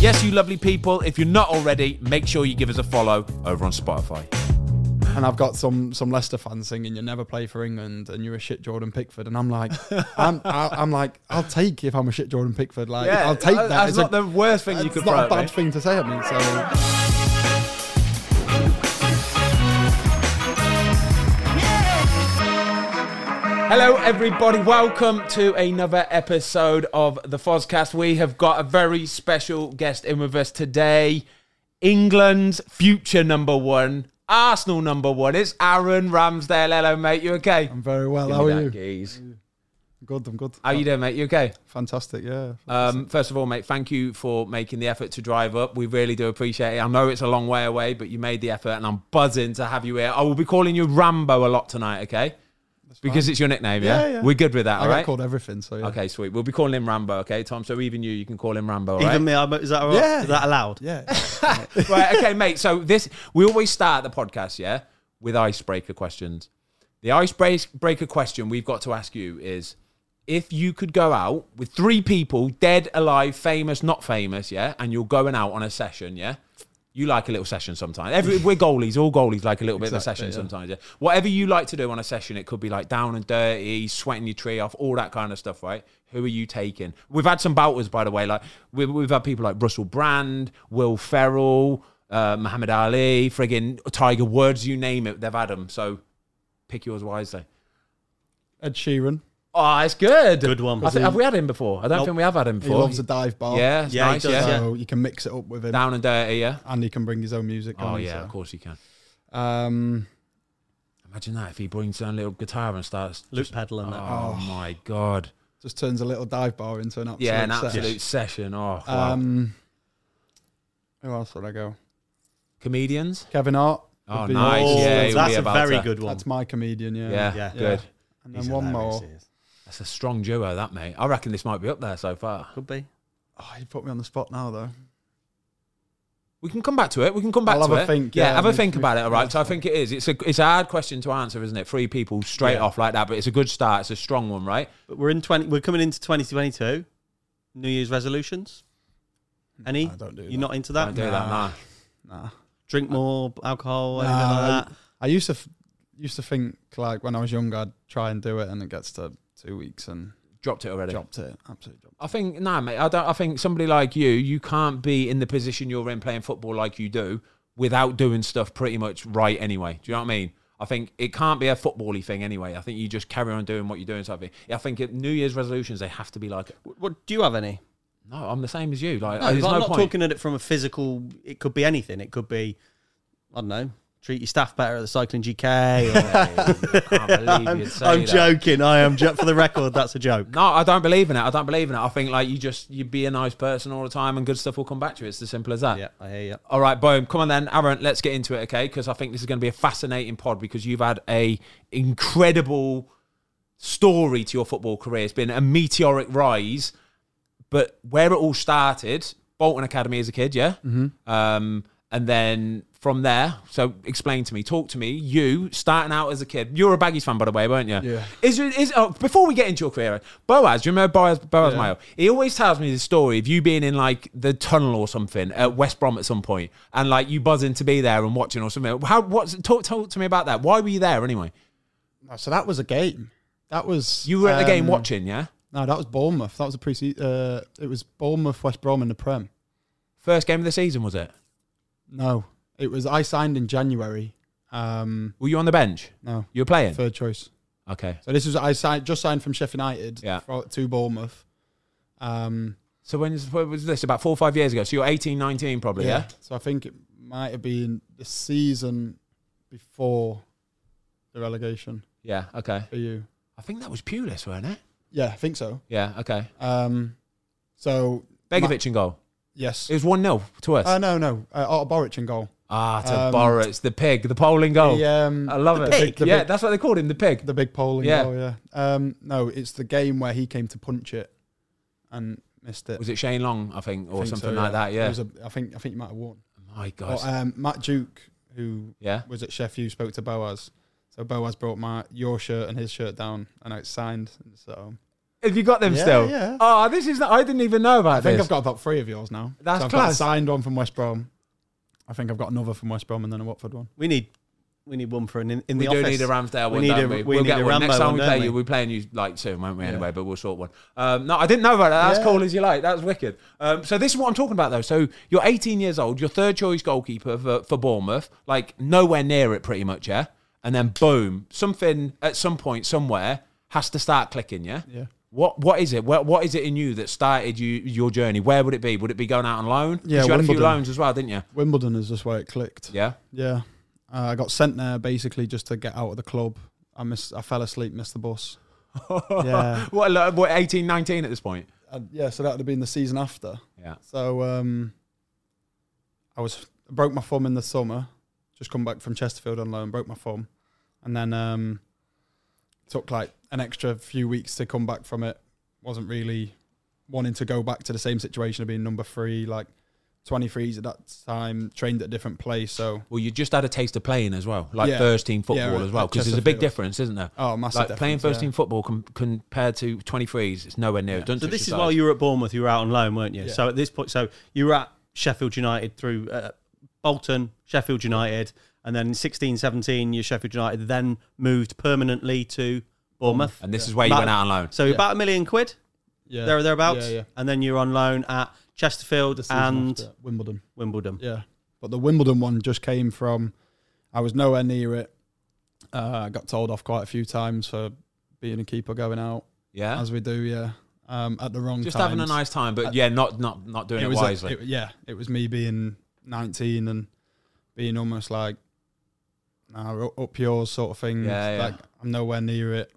Yes, you lovely people, if you're not already, make sure you give us a follow over on Spotify. and I've got some some Leicester fans singing "You never play for England" and you're a shit Jordan Pickford, and I'm like, I'm I, I'm like, I'll take if I'm a shit Jordan Pickford, like I'll take that. That's It's a- not the worst thing you it's could not a throw at bad me. thing to say at me. So Hello, everybody. Welcome to another episode of the Fozcast. We have got a very special guest in with us today. England's future number one, Arsenal number one. It's Aaron Ramsdale. Hello, mate. You okay? I'm very well. Give How me are that, you? geez. Good. I'm good. How you doing, mate? You okay? Fantastic. Yeah. Um, first of all, mate, thank you for making the effort to drive up. We really do appreciate it. I know it's a long way away, but you made the effort, and I'm buzzing to have you here. I will be calling you Rambo a lot tonight, okay? Because it's your nickname, yeah? Yeah, yeah. We're good with that, I all got right? called everything. So yeah. Okay, sweet. We'll be calling him Rambo, okay, Tom? So even you, you can call him Rambo, all Even right? me, I'm, is that all right? Yeah. Is that allowed? Yeah. right, okay, mate. So this, we always start the podcast, yeah, with icebreaker questions. The icebreaker question we've got to ask you is if you could go out with three people, dead, alive, famous, not famous, yeah, and you're going out on a session, yeah. You like a little session sometimes. Every, we're goalies. All goalies like a little bit of a session sometimes. Yeah. Whatever you like to do on a session, it could be like down and dirty, sweating your tree off, all that kind of stuff, right? Who are you taking? We've had some bouters, by the way. Like we, we've had people like Russell Brand, Will Ferrell, uh, Muhammad Ali, friggin' Tiger Woods, you name it, they've had them. So pick yours wisely. Ed Sheeran. Oh, it's good. Good one. I think, have we had him before? I don't Nope. think we have had him He before. loves a dive bar. yeah, it's Yeah, he nice, does, yeah. yeah. So you can mix it up with him, Down and dirty, yeah. and he can bring his own music. Oh on, yeah, so. of course you can. Um, Imagine that if he brings down a little guitar and starts. Loop pedal and that. Oh, my god! just turns a little dive bar into an absolute. Yeah, an sesh. absolute session. Oh, wow. Um, who else would I go? comedians. Kevin Hart. would Oh, be- nice. Oh, yeah, he'll that's be a about very to- good one. That's my comedian. Yeah. Yeah, Yeah. good. And He's then one hilarious, more. he is. That's a strong duo, that mate. I reckon this might be up there so far. Could be. Oh, you put me on the spot now, though. We can come back to it. We can come back I'll to have it. a think, yeah, yeah, have a we- think we- about it. All right. So I think it is. It's a it's a hard question to answer, isn't it? Three people straight Yeah. off like that, but it's a good start. It's a strong one, right? But we're in twenty. We're coming into 2022. New Year's resolutions. Any? I don't do You're that. not into Hmm. Don't that. do that. Nah. Nah. Drink more alcohol. anything Nah, like that. I used to f- used to think like when I was younger, I'd try and do it, and it gets to two weeks and Dropped it already. dropped it. Absolutely dropped. I think no, mate. I don't. I think somebody like you, you can't be in the position you're in playing football like you do without doing stuff pretty much right anyway. Do you know what I mean? I think it can't be a football-y thing anyway. I think you just carry on doing what you're doing. Something. I think at New Year's resolutions they have to be like, What, what do you have any? no, I'm the same as you. Like, No, there's but I'm no not point. talking at it from a physical. It could be anything. It could be, I don't know, treat your staff better at the cycling GK. Or, I can't believe you'd say I'm that. joking. I am. jo- For the record, that's a joke. No, I don't believe in it. I don't believe in it. I think like you just you be a nice person all the time, and good stuff will come back to you. It's as simple as that. Yeah, I hear you. All right, boom. Come on then, Aaron. Let's get into it, okay? Because I think this is going to be a fascinating pod because you've had a incredible story to your football career. It's been a meteoric rise, but where it all started, Bolton Academy as a kid, yeah. Mm-hmm. Um, and then from there, so explain to me, talk to me. You starting out as a kid, you were a Baggies fan, by the way, weren't you? Yeah. Is is oh, before we get into your career, Boaz? Do you remember Boaz? Boaz Yeah. Mayo. He always tells me the story of you being in like the tunnel or something at West Brom at some point, and like you buzzing to be there and watching or something. How? What's talk? Talk to me about that. Why were you there anyway? No, so that was a game. That was You were at the game um, watching, yeah. No, that was Bournemouth. That was a pre. Uh, it was Bournemouth West Brom in the Prem. First game of the season was it? No, it was. I signed in January. Um, Were you on the bench? no, You were playing. third choice. Okay. So this was I signed just signed from Sheffield United. Yeah. fro- to Bournemouth. Um, So when, is, when was this? About four or five years ago. So you're 18, 19 probably. Yeah. So I think it might have been the season before the relegation Yeah. Okay. for you. I think that was Pulis, weren't it? Yeah, I think so. Yeah. Okay. Um, so Begovic in goal. yes. It was one 0 to us. Uh, no, no. Uh, Otto Boric in goal. ah, to um, Boris, the pig, the polling goal. The, um, Oh. I love it. pig. The yeah, pig. that's what they called him, the pig. the big pole in Yeah. goal. Yeah. Um, no, it's the game where he came to punch it and missed it. Was it Shane Long, I think, or I think something so, like that? It Yeah. was a, I think I think you might have won. My God. But, um, Matt Duke, who yeah. was at Sheffield, spoke to Boaz. So Boaz brought my your shirt and his shirt down, and it's signed. So Have you got them Yeah, still? yeah. Oh, this is. I didn't even know about I think this. I've got about three of yours now. That's so I've Got a class. signed one from West Brom. I think I've got another from West Brom and then a Watford one. We need we need one for an in, in we the do office. need a Ramsdale We one, need don't a- we? we will need get a one. Next Rambo time one, we don't play we? you, we're playing you like soon, won't we? Anyway, Yeah. but we'll sort one. Um, no, I didn't know about that. That's Yeah. cool as you like. That's wicked. Um, so this is what I'm talking about, though. So you're 18 years old, your third choice goalkeeper for, for Bournemouth, like nowhere near it, pretty much, yeah. And then boom, something at some point somewhere has to start clicking, yeah. Yeah. What what is it? What what is it in you that started you your journey? Where would it be? Would it be going out on loan? 'Cause Yeah, you had a few Wimbledon. loans as well, didn't you? Wimbledon is just where it clicked. Yeah. Yeah. Uh, I got sent there basically just to get out of the club. I miss. I fell asleep, missed the bus. yeah. What, like, what 18, 19 at this point? And Uh, yeah, so that would have been the season after. Yeah. So um, I was I broke my thumb in the summer. Just come back from Chesterfield on loan, broke my thumb, and then um, took like an extra few weeks to come back from it. Wasn't really wanting to go back to the same situation of being number three, like twenty threes at that time. Trained at a different place, so Well, you just had a taste of playing as well, like Yeah. first team football Yeah, as well, at because there's a big Chesterfield. difference, isn't there? oh, massive. like playing difference, first yeah. team football com- compared to 23s, it's nowhere near. Don't So touch this is your while sides. you were at Bournemouth, you were out on loan, weren't you? Yeah. So at this point, so you were at Sheffield United through uh, Bolton, Sheffield United, and then 16, 17, you Sheffield United, then moved permanently to Bournemouth. and this is where you About- went out on loan. So about a million quid, Yeah. there or thereabouts, Yeah, yeah. and then you're on loan at Chesterfield The season and after, Wimbledon. Wimbledon. Yeah. But the Wimbledon one just came from, I was nowhere near it. Uh, I got told off quite a few times for being a keeper going out, Yeah, as we do, yeah. Um, at the wrong just times. having a nice time, but yeah, not not not doing it, was a- wisely. it- yeah, it was me being 19 and being almost like, nah, we're up yours sort of thing. Yeah, yeah. Like, I'm nowhere near it.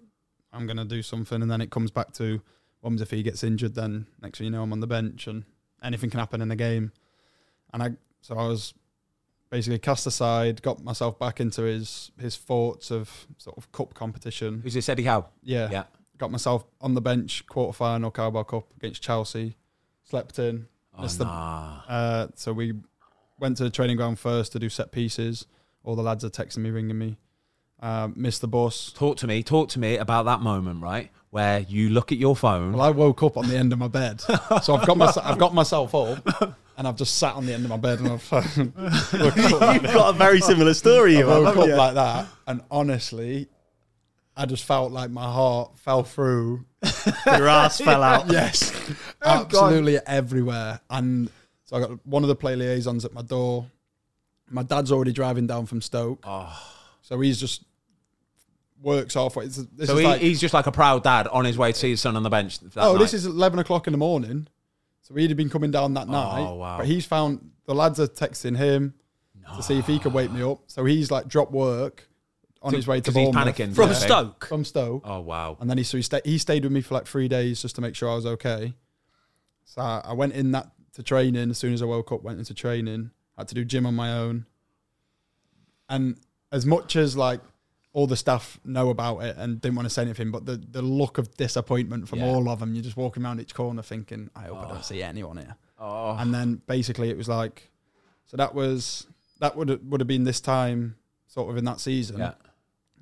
I'm going to do something. And then it comes back to, what if he gets injured? Then next thing you know, I'm on the bench and anything can happen in the game. And I, so I was basically cast aside, got myself back into his, his thoughts of sort of cup competition. Who's this Eddie Howe? Yeah. Yeah. Got myself on the bench, quarter final Carabao Cup against Chelsea. Slept in. Oh, It's the- nah. Uh, so we went to the training ground first to do set pieces. All the lads are texting me, ringing me. Uh, missed the bus. Talk to me, talk to me about that moment, right, where you look at your phone. Well, I woke up on the end of my bed, so I've got my, I've got myself up, and I've just sat on the end of my bed and I've woke up, You've got a very similar story, you Oh, woke have, haven't up you? like that. And honestly, I just felt like my heart fell through. Your ass fell out. Yes, Oh, absolutely everywhere. And so I got one of the play liaisons at my door. My dad's already driving down from Stoke. Oh. So he's just works off. It's, this so is he, like, he's just like a proud dad on his way to see his son on the bench. That oh, this night. Oh, is eleven o'clock in the morning. So he'd have been coming down that night. wow. But he's found the lads are texting him to see if he could wake me up. So he's like dropped work on his way to 'cause he's Bournemouth panicking, From Yeah. Stoke. from Stoke, Oh wow. and then he so he, sta- he stayed with me for like three days just to make sure I was okay. So I, I went in that to training as soon as I woke up. Went into training. Had to do gym on my own. and as much as like all the staff know about it and didn't want to say anything, but the, the look of disappointment from Yeah. all of them, you're just walking around each corner thinking, I hope I don't see anyone here. Oh. And then basically it was like, so that was, that would, would have been this time sort of in that season. Yeah.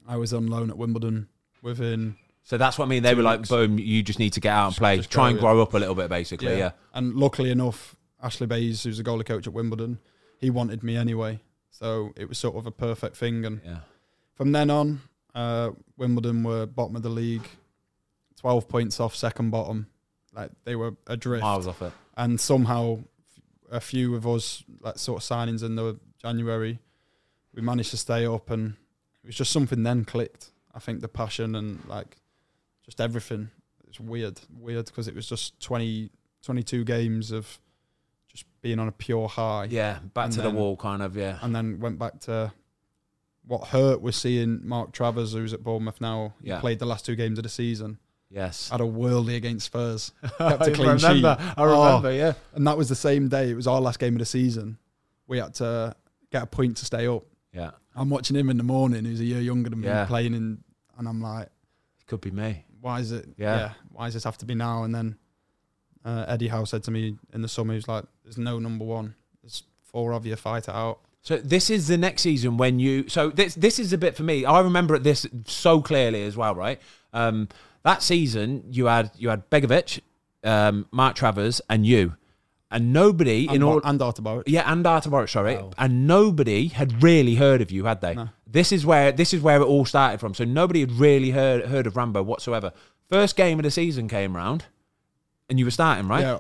I was on loan at Wimbledon within, So that's what I mean. They Two were like, weeks. boom, you just need to get out and Just- play. just Try go, and yeah. grow up a little bit, basically. Yeah. And luckily enough, Ashley Bays, who's the goalie coach at Wimbledon, he wanted me anyway. So it was sort of a perfect thing. And Yeah. from then on, uh, Wimbledon were bottom of the league, twelve points off second bottom. Like they were adrift, Miles off it. and somehow f- a few of us like sort of signings in the January, we managed to stay up, and it was just something then clicked. I think the passion and like just everything. It's weird, weird because it was just 20, 22 games of just being on a pure high Yeah. Back And to the then- wall, kind of. Yeah. and then went back to what hurt was seeing Mark Travers, who's at Bournemouth now. He Yeah. played the last two games of the season. Yes. Had a worldie against Spurs, kept I a clean remember, sheet, I remember. Yeah. and that was the same day. It was our last game of the season. We had to get a point to stay up. Yeah. I'm watching him in the morning. Who's a year younger than me Yeah. playing, in, and I'm like, Could be me. why is it? Yeah. why does this have to be now? And then uh, Eddie Howe said to me in the summer, he was like, "There's no number one. There's four of you fight it out." So this is the next season when you. So this this is a bit for me. I remember it this so clearly as well, right? Um, That season, you had you had Begovic, um, Mark Travers, and you, and nobody in and, all. and Artabar. yeah, and Arta Boric, sorry, Oh. and nobody had really heard of you, had they? This is where this is where it all started from. So nobody had really heard heard of Rambo whatsoever. First game of the season came round, and you were starting, right? Yeah,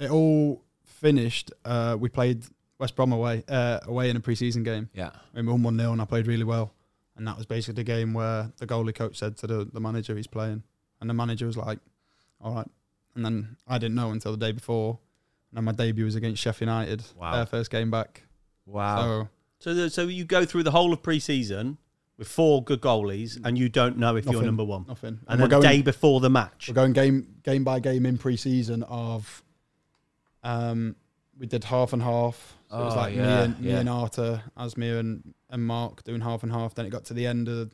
it all finished. Uh, we played West Brom away uh, away in a preseason game. Yeah. We won one 0 and I played really well. And that was basically the game where the goalie coach said to the, the manager he's playing, and the manager was like, "All right." And then I didn't know until the day before. And then my debut was against Sheffield United. Wow. Their first game back. Wow. So So, the, so you go through the whole of pre-season with four good goalies, and you don't know if you're Nothing. number one. nothing. And, we're the going day before the match, we're going game game by game in pre-season of. Um, we did half and half. So it was Oh, like yeah, me and me yeah. and Arta, Asmir and and Mark doing half and half. Then it got to the end of.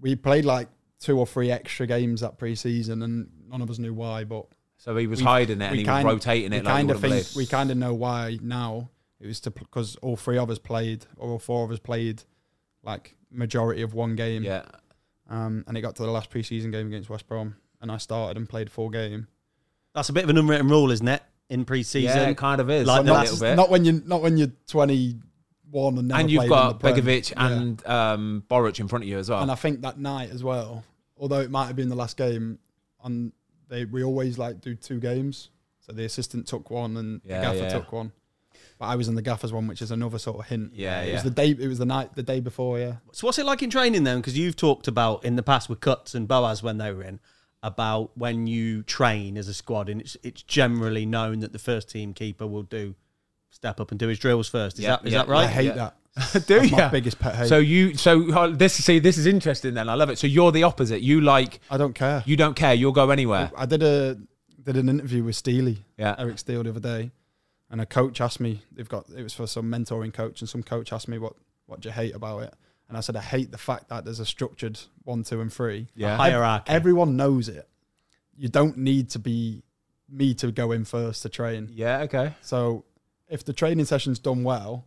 We played like two or three extra games that pre-season, and none of us knew why, but So he was We- hiding it and he was kind- rotating it. We like kind of you wouldn't think we believe. kind of know why now. It was to because all three of us played, or all four of us played, like majority of one game. Yeah. Um, and it got to the last preseason game against West Brom, and I started and played full game. that's a bit of an unwritten rule, isn't it? In pre-season, Yeah, it kind of is. Like a the little last- bit. Not when you not when you're 21 and never and you've played got in the Prem. Begovic Yeah. and um, Boric in front of you as well. and I think that night as well. Although it might have been the last game, and they we always like do two games. So the assistant took one and Yeah, the gaffer yeah. took one. But I was in the gaffer's one, which is another sort of hint. Yeah, it yeah. was the day. It was the night, the day before. Yeah, So what's it like in training then? Because you've talked about in the past with Cuts and Boaz when they were in about when you train as a squad, and it's it's generally known that the first team keeper will do step up and do his drills first. Is Yeah, that is yeah. that right? I hate Yeah. that. Do That's you? my biggest pet hate. So you, so oh, this see, this is interesting. Then I love it. So you're the opposite. You like, I don't care. you don't care. You'll go anywhere. I did a did an interview with Steely, Yeah. Eric Steele, the other day, and a coach asked me. They've got it was for some mentoring coach, and some coach asked me what what do you hate about it, and I said I hate the fact that there's a structured one, two, and three. Yeah. Hierarchy. Everyone knows it. You don't need to be me to go in first to train. Yeah. Okay. So if the training session's done well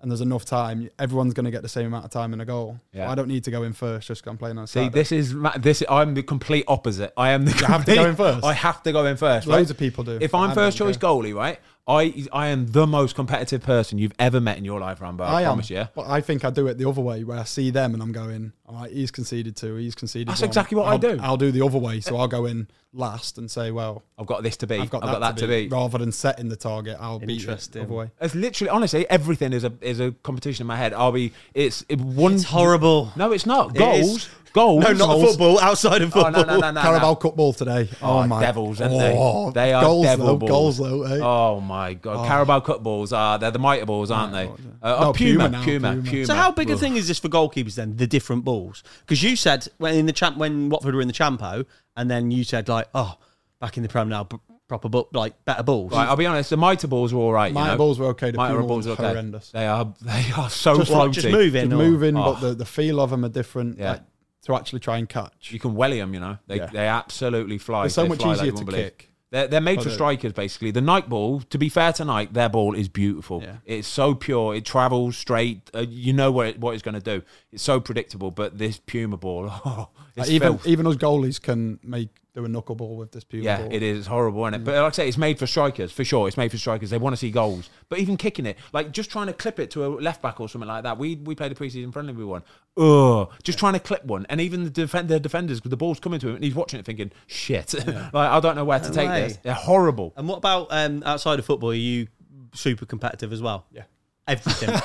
and there's enough time, everyone's going to get the same amount of time in a goal. Yeah. I don't need to go in first just 'cause I'm playing on See, Saturday. this is ma- this. I'm the complete opposite. I am the. You have to go in first. I have to go in first. Loads right? of people do. If I'm I first don't choice care. goalie, right? I I am the most competitive person you've ever met in your life, Rambo. I, I am, promise you. but I think I do it the other way, where I see them and I'm going, "All right, he's conceded two, he's conceded." That's one." exactly what I I'll- do. I'll do the other way, so I'll go in last and say, "Well, I've got this to be. I've got, that, to, be. rather than setting the target. I'll be the Interesting. other way. It's literally, honestly, everything is a is a competition in my head. I'll be. It's it, one. It's horrible. No, it's not. It is. Goals. Goals. No, not Goals. football. Outside of Oh, football. no, no, no, no, Carabao no. Cup ball today. Oh, Oh, my devils, aren't they? Oh, They are goals devil though, balls. Goals though. eh? Oh my god, Carabao Cup balls are—they're the mitre balls, aren't they? balls, yeah. Uh, oh, No, Puma, Puma, Puma now, Puma, Puma. So how big big a thing is this for goalkeepers then? The different balls, because you said when in the champ when Watford were in the champo, and then you said like, oh, back in the prem now, p- proper but like better balls. Right, I'll be honest. The mitre balls were all right. Mitre you know? balls were okay, the mitre Puma balls were ones okay. horrendous. They are. They are so Just, floaty. what, just moving, Just or- moving, Oh. but the, the feel of them are different. Yeah. Like, to actually try and catch. You can welly them. You know, they Yeah. they absolutely fly. They're so They much fly like easier you to wouldn't believe. kick. They're, they're made for Although- strikers, basically. The night ball, to be fair to Nike, their ball is beautiful. Yeah. It's so pure. It travels straight. Uh, you know what, it, what it's going to do. It's so predictable. But this Puma ball, oh, it's Like, even filth. even us goalies can make do a knuckleball with this Puma Yeah, ball. it is. It's horrible, isn't it? But like I say, it's made for strikers for sure. It's made for strikers. They want to see goals. But even kicking it, like just trying to clip it to a left back or something like that. We we played a preseason friendly with one. Ugh, just trying to clip one, and even the defend the defenders, the ball's coming to him, and he's watching it, thinking, "Shit, like I don't know where to take way. this." They're horrible. And what about um, outside of football? Are you super competitive as well? Yeah. Everything.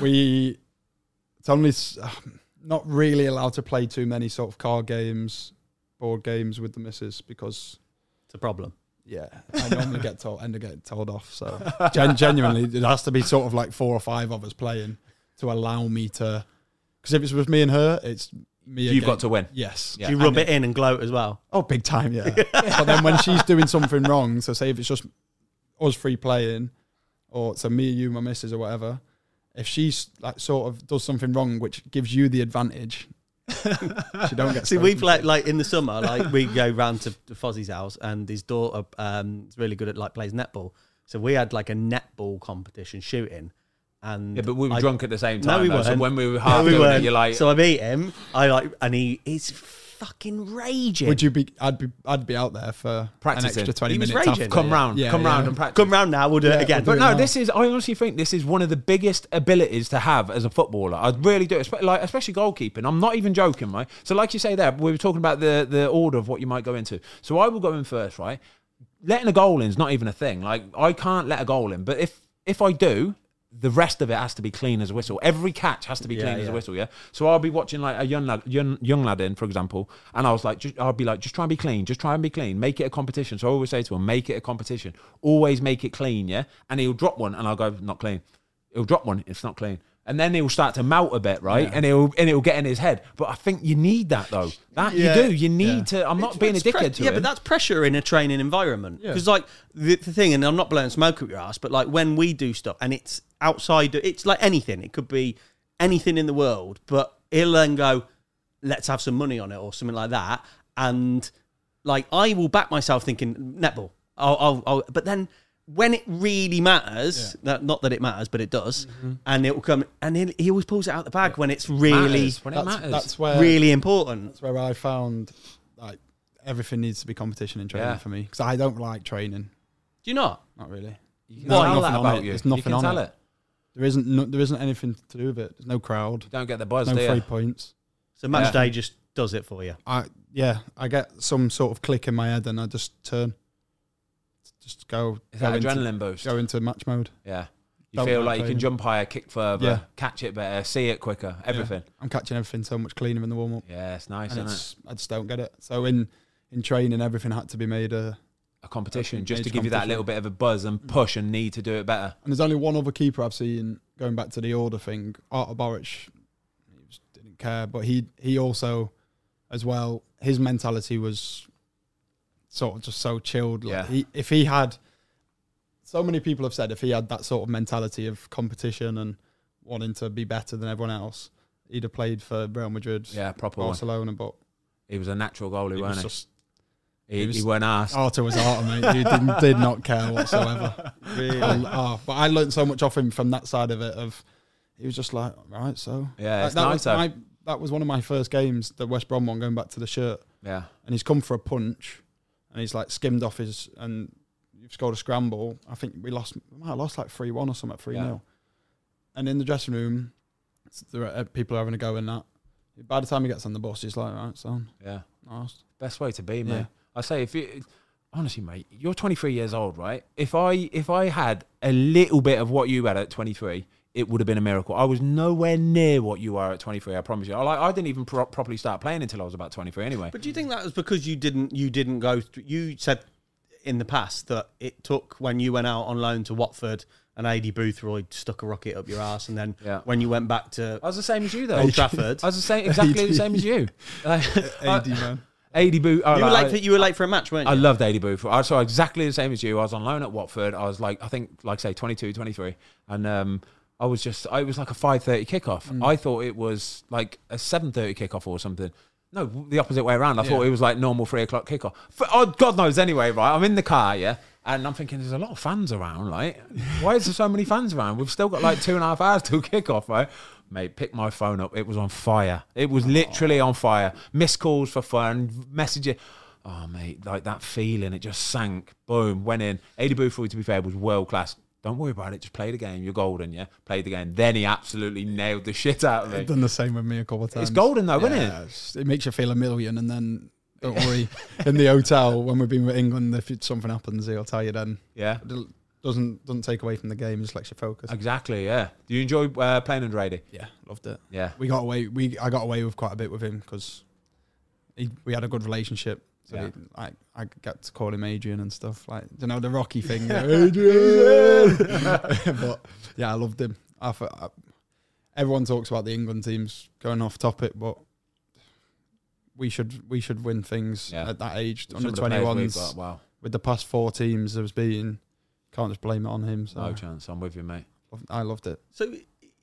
we it's only s- uh, not really allowed to play too many sort of card games, board games with the missus because it's a problem. yeah, I normally get told end up getting told off. So Gen- genuinely, it has to be sort of like four or five of us playing to allow me to. Because if it's with me and her, it's me. You've got to win. Yes. Yeah. Do you rub it in and gloat as well? Oh, big time, yeah. but then when she's doing something wrong, so say if it's just us three playing, or so me, you, my missus, or whatever, if she's like sort of does something wrong, which gives you the advantage, she don't get. See, spoken we've to. like like in the summer, like we go round to, to Fozzie's house, and his daughter um, is really good at like plays netball. So we had like a netball competition shooting, and Yeah, but we were I- drunk at the same No, time. we though, weren't. So when we were No, half we doing it, weren't. you're like, so I beat him. I like, and he is fucking raging. Would you be? I'd be. I'd be out there for Practicing. an extra twenty He was minutes. raging. after. Come Yeah. round, Yeah, come round yeah. and practice. Come round now, we'll do Yeah, it again. But we'll do no, now. this is. I honestly think this is one of the biggest abilities to have as a footballer. I really do, espe- like especially goalkeeping. I'm not even joking, right? So, like you say, there we were talking about the the order of what you might go into. So I will go in first, right? Letting a goal in is not even a thing. Like I can't let a goal in, but if if I do. The rest of it has to be clean as a whistle. Every catch has to be Yeah, clean as a yeah. whistle, yeah. So I'll be watching like a young lad, young, young lad in, for example, and I was like, just, I'll be like, just try and be clean, just try and be clean, make it a competition. So I always say to him, make it a competition, always make it clean, yeah. And he'll drop one, and I'll go, not clean. He'll drop one, it's not clean, and then he'll start to melt a bit, right? And he'll and it'll get in his head. But I think you need that though. That Yeah. you do. You need Yeah. to. I'm not being a It's pre- dickhead to Yeah, him. but that's pressure in a training environment. Yeah. Because like the, the thing, and I'm not blowing smoke up your ass, but like when we do stuff, and it's outside, it's like anything. It could be anything in the world, but he'll then go, "Let's have some money on it" or something like that, and like I will back myself thinking netball. I'll, I'll, I'll but then. When it really matters, that, not that it matters, but it does, Mm-hmm. and it will come. And he, he always pulls it out the bag when it's really, Matters, when it That's, matters. that's where. really important. That's where I found like everything needs to be competition in training Yeah. for me because I don't like training. Do you not? Not really. you can No, tell nothing that on about it. you. There's nothing you can on tell it. it. There isn't. No, there isn't anything to do with it. There's no crowd. You don't get the buzz, No do you? free points. So match Yeah. day just does it for you. I yeah. I get some sort of click in my head and I just turn. Just go. It's go that into- adrenaline boost. Go into match mode. Yeah. You Don't feel like like you playing. can jump higher, kick further, Yeah. catch it better, see it quicker, everything. I'm catching everything so much cleaner in the warm up. Yeah, it's nice, and isn't it? it's, I just don't get it. So in in training, everything had to be made. Uh, A competition, Definitely just to major give you that competition. Mm. little bit of a buzz and push and need to do it better. and there's only one other keeper I've seen going back to the order thing. Artur Boric, he just didn't care, but he he also, as well, his mentality was sort of just so chilled. Like Yeah. he, if he had, so many people have said if he had that sort of mentality of competition and wanting to be better than everyone else, he'd have played for Real Madrid, Yeah, proper one. Barcelona, but He was a natural goalie, it was weren't just he? He, it was- Oh, he weren't asked. Arta was Arta, mate. You didn't, did not care whatsoever. Really? Oh, but I learned so much off him from that side of it. Of he was just like, right, so Yeah, it's that, that nice was though. my that was one of my first games, the West Brom one, going back to the shirt, yeah, and he's come for a punch, and he's like skimmed off his and you've scored a scramble. I think we lost, we might have lost like three one or something, three 0 and in the dressing room, it's- there are, uh, people are having a go in that. By the time he gets on the bus, he's like, right, son, yeah. nice. Best way to be, mate. Yeah. I say, if you honestly, mate, you're 23 years old, right? If I if I had a little bit of what you had at 23, it would have been a miracle. I was nowhere near what you are at 23. I promise you. I like I didn't even pro- properly start playing until I was about 23. Anyway, But do you think that was because you didn't you didn't go? Th- you said in the past that it took when you went out on loan to Watford and AD Boothroyd stuck a rocket up your ass, and then Yeah. when you went back to I was the same as you though. Old Trafford, I was the same, exactly the same as you. AD AD, man. AD Boo. oh, you were like, late. I- For, you were late for a match, weren't you? I loved AD Booth. I saw exactly the same as you. I was on loan at Watford. I was like, I think, like say, 22, 23. And um, I was just, I, it was like a 5.30 kickoff. I thought it was like a 7.30 kickoff or something. No, the opposite way around. I thought Yeah. it was like normal three o'clock kickoff. For, oh, God knows anyway, right? I'm in the car, yeah? And I'm thinking, there's a lot of fans around, like, why is there so many fans around? We've still got like two and a half hours till kickoff, right? Mate, pick my phone up. It was on fire. It was literally on fire. Missed calls for fun, messages oh mate, like that feeling, it just sank. Boom, went in. Adi Boothroyd, to be fair, was world class. Don't worry about it. Just play the game. You're golden. Yeah, played the game. Then he absolutely nailed the shit out of me. Done the same with me a couple of times. It's golden though, isn't it? it? It makes you feel a million, and then don't worry. in the hotel when we've been with England, if it- something happens, he'll tell you then. Yeah, It doesn't doesn't take away from the game, just lets you focus. exactly. Yeah. Do you enjoy uh, playing under Adi? yeah, loved it. Yeah. We got away. We I got away with quite a bit with him because we had a good relationship. So Yeah. he, I I got to call him Adrian and stuff like you know the Rocky thing. Adrian, but yeah, I loved him. I, thought- I, everyone talks about the England teams going off topic, but we should we should win things Yeah. at that age Some under of the players twenty we've ones got, Wow. with the past four teams there's been. Can't just blame it on him. So No chance. I'm with you, mate. I loved it. So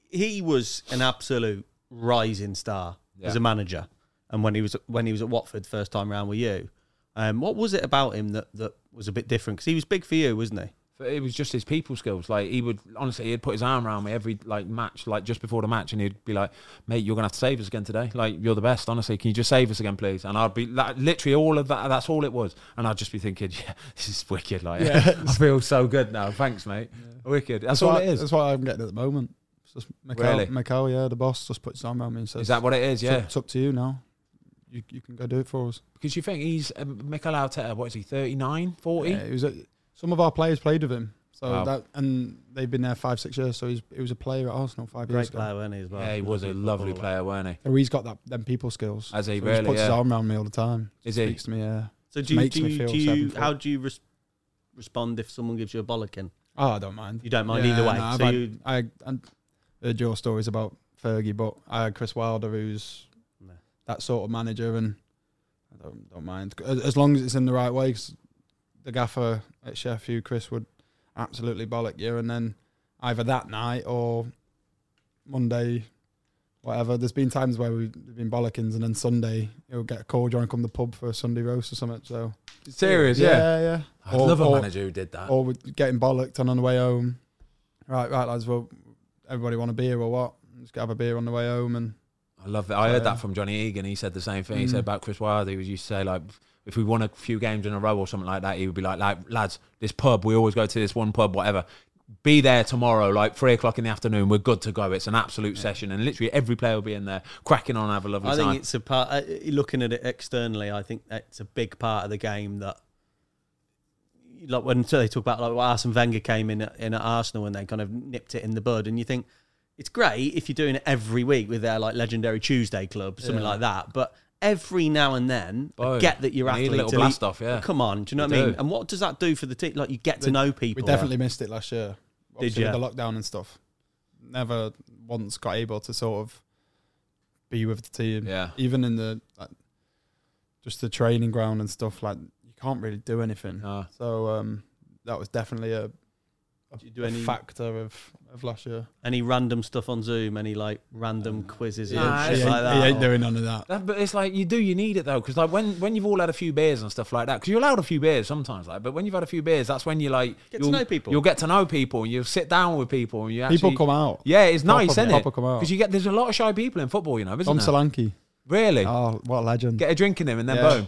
he was an absolute rising star Yeah. as a manager, and when he was when he was at Watford first time round with you, um, what was it about him that that was a bit different? Because he was big for you, wasn't he? But it was just his people skills. Like he would honestly, he'd put his arm around me every like match, like just before the match, and he'd be like, "Mate, you're gonna have to save us again today. Like you're the best, honestly. Can you just save us again, please?" And I'd be like, literally all of that. That's all it was. And I'd just be thinking, "Yeah, this is wicked. Like I feel so good now. Thanks, mate. Wicked. That's all what it I- is. That's what I'm getting at the moment. It's just Mikel, Really? Mikel, yeah, the boss just puts his arm around me and says, Is that what it is? "It's up- Yeah. it's up to you now. You you can go do it for us." Because you think he's um, Mikel Arteta. What is he? 39, 40? Yeah, it was a, some of our players played with him, so Wow. that and they've been there five six years. So he's he was a player at Arsenal five years Great ago. player, wasn't he, as well? Yeah, he was a Lovely lovely footballer. player, weren't he? So he's got that them people skills. As he So really, just puts his yeah. arm around me all the time. Is he? Speaks to me. Yeah. So do you, Makes do me you, feel do you seven-foot. how do you res- respond if someone gives you a bollocking? Oh, I don't mind. You don't mind either way. no, I've so had- you, I, I heard your stories about Fergie, but I had Chris Wilder, who's No. that sort of manager, and I don't, don't mind as, as long as it's in the right way. 'cause the gaffer at Sheffield, Chris, would absolutely bollock you, and then either that night or Monday, whatever. There's been times where we've been bollockings, and then Sunday he'll get a call, do you want to come to the pub for a Sunday roast or something? So Serious, yeah, yeah. I'd Or- love a or- manager who did that. or with getting bollocked and on the way home. Right, right, lads. Well, everybody want a beer or what? Just have a beer on the way home, and I love that. I heard Yeah. that from Johnny Egan. He said the same thing. He Mm. said about Chris Wilder. He was used to say like, if we won a few games in a row or something like that, he would be like, like lads, this pub. We always go to this one pub, whatever. Be there tomorrow, like three o'clock in the afternoon. We're good to go. It's an absolute session, and literally every player will be in there cracking on, have a lovely I time. think it's a part. uh, Looking at it externally, I think that's a big part of the game that, like when they talk about like when Arsene Wenger came in at, in at Arsenal and they kind of nipped it in the bud, and you think it's great if you're doing it every week with their like legendary Tuesday club, something Yeah. like that, but. Every now and then, I Boom. get that you're Need a athletes. little elite- blast off, yeah. Come on, do you know They what I mean? do. And what does that do for the team? Like you get to We- know people. we definitely missed it last year. Obviously, ya? with the lockdown and stuff? Never once got able to sort of be with the team. yeah, Even in the like, just the training ground and stuff, like you can't really do anything. No. So um, that was definitely a, a, Do you do a any- factor of, of last year. any random stuff on Zoom, any like random quizzes Mm. Nah, and it's- shit he, ain't, like that. he ain't doing none of that. That- but it's like you do, you need it though, because like when when you've all had a few beers and stuff like that, because you're allowed a few beers sometimes, like. But when you've had a few beers, that's when you like Get to you'll, know people. You'll get to know people, and you'll sit down with people, and you actually People come out. Yeah, it's Proper- nice, isn't it? proper come out. Because you get there's a lot of shy people in football, you know, isn't Tom there? Solanke. Really, Oh, what a legend. get a drink in him and then Yeah. boom.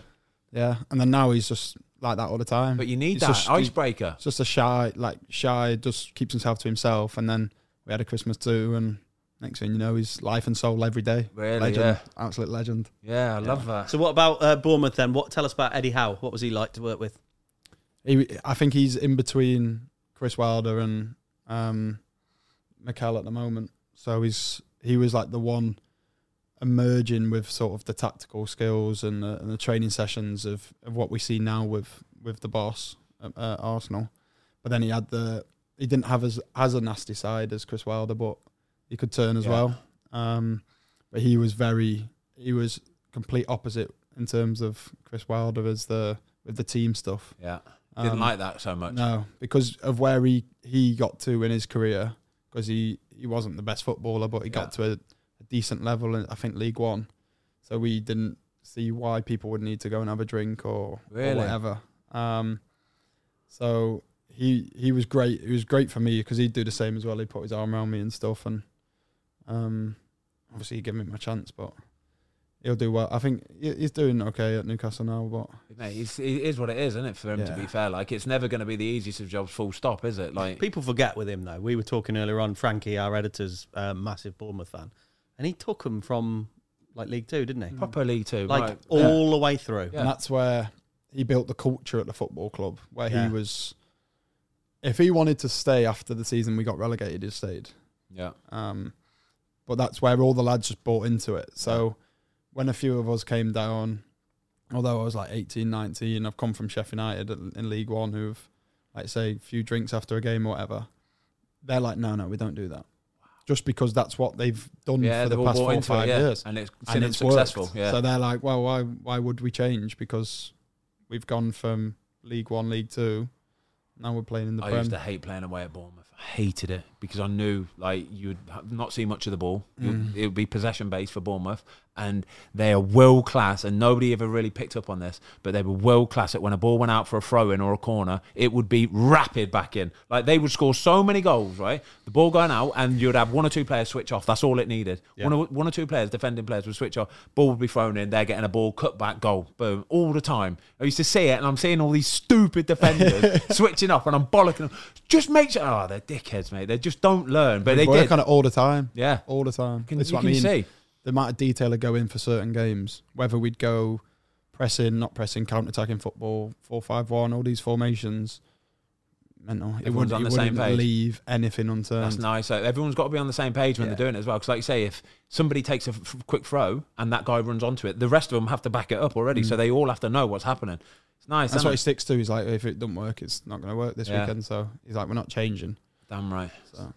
Yeah, and then now he's just like that all the time. But you need He's that Oh, just- icebreaker. He's just a shy, like shy, just keeps himself to himself. And then we had a Christmas too, and next thing you know, he's life and soul every day. Really, legend, yeah. absolute legend. Yeah, I love that. So what about uh, Bournemouth then? What tell us about Eddie Howe? What was he like to work with? He, I think he's in between Chris Wilder and um, Mikel at the moment. So he's he was like the one emerging with sort of the tactical skills and the, and the training sessions of, of what we see now with with the boss at, at Arsenal. But then he had the he didn't have as as a nasty side as Chris Wilder, but he could turn as Yeah. well. Um, but he was very he was complete opposite in terms of Chris Wilder as the with the team stuff. Yeah, didn't Um, like that so much. no, because of where he, he got to in his career, because he, he wasn't the best footballer, but he got to a, a decent level, in, I think, League One. So we didn't see why people would need to go and have a drink or, Really? or whatever. Um, so he he was great. It was great for me because he'd do the same as well. He'd put his arm around me and stuff, and um, obviously he gave me my chance, but he'll do well. I think he- he's doing okay at Newcastle now, but Mate, it's, it is what it is, isn't it? For him to Yeah. be fair, like it's never going to be the easiest of jobs. Full stop, is it? Like People forget with him though. We were talking earlier on. Frankie, our editor's uh, massive Bournemouth fan, and he took them from like League Two, didn't he? properly too. Like Mm. right. all the way through. Yeah. And that's where he built the culture at the football club, where Yeah. he was. If he wanted to stay after the season we got relegated, he stayed. yeah, Um, but that's where all the lads just bought into it. So when a few of us came down, although I was like 18, 19, I've come from Sheffield United in- in League One who've, like, say, a few drinks after a game or whatever. They're like, no, no, we don't do that. Just because that's what they've done yeah. for They've the all past bought four or into five it, yeah. years and it's, and and it's successful. worked. Yeah, So they're like, well, why why would we change? Because we've gone from League One, League Two, now we're playing in the I Prem. used to hate playing away at Bournemouth. I hated Mm. it because I knew like you'd ha- not see much of the ball. You'd- It would be possession based for Bournemouth, and they are world class. And nobody ever really picked up on this, but they were world class at when a ball went out for a throw in or a corner, it would be rapid back in. Like they would score so many goals, right? The ball going out, and you'd have one or two players switch off. That's all it needed. One, or, one or two players, defending players, would switch off. Ball would be thrown in. They're getting a ball, cut back, goal, boom, all the time. I used to see it, and I'm seeing all these stupid defenders switching off, and I'm bollocking them. Just make sure. Oh, they're dickheads, mate. They just don't learn, but they They work did. on it all the time. Yeah. all the time. Can- That's you what can I mean. see. The amount of detail that go in for certain games, whether we'd go pressing, not pressing, counter attacking football, four-five-one, all these formations, mental. It Everyone's wouldn't- on it the same wouldn't page. Leave anything unturned. That's nice. So everyone's got to be on the same page when Yeah. they're doing it as well. Because, like you say, if somebody takes a f- f- quick throw and that guy runs onto it, the rest of them have to back it up already. So they all have to know what's happening. It's nice. Mm. That's isn't what he it? sticks to. He's like, if it doesn't work, it's not going to work this Yeah. weekend. So he's like, we're not changing. Damn right.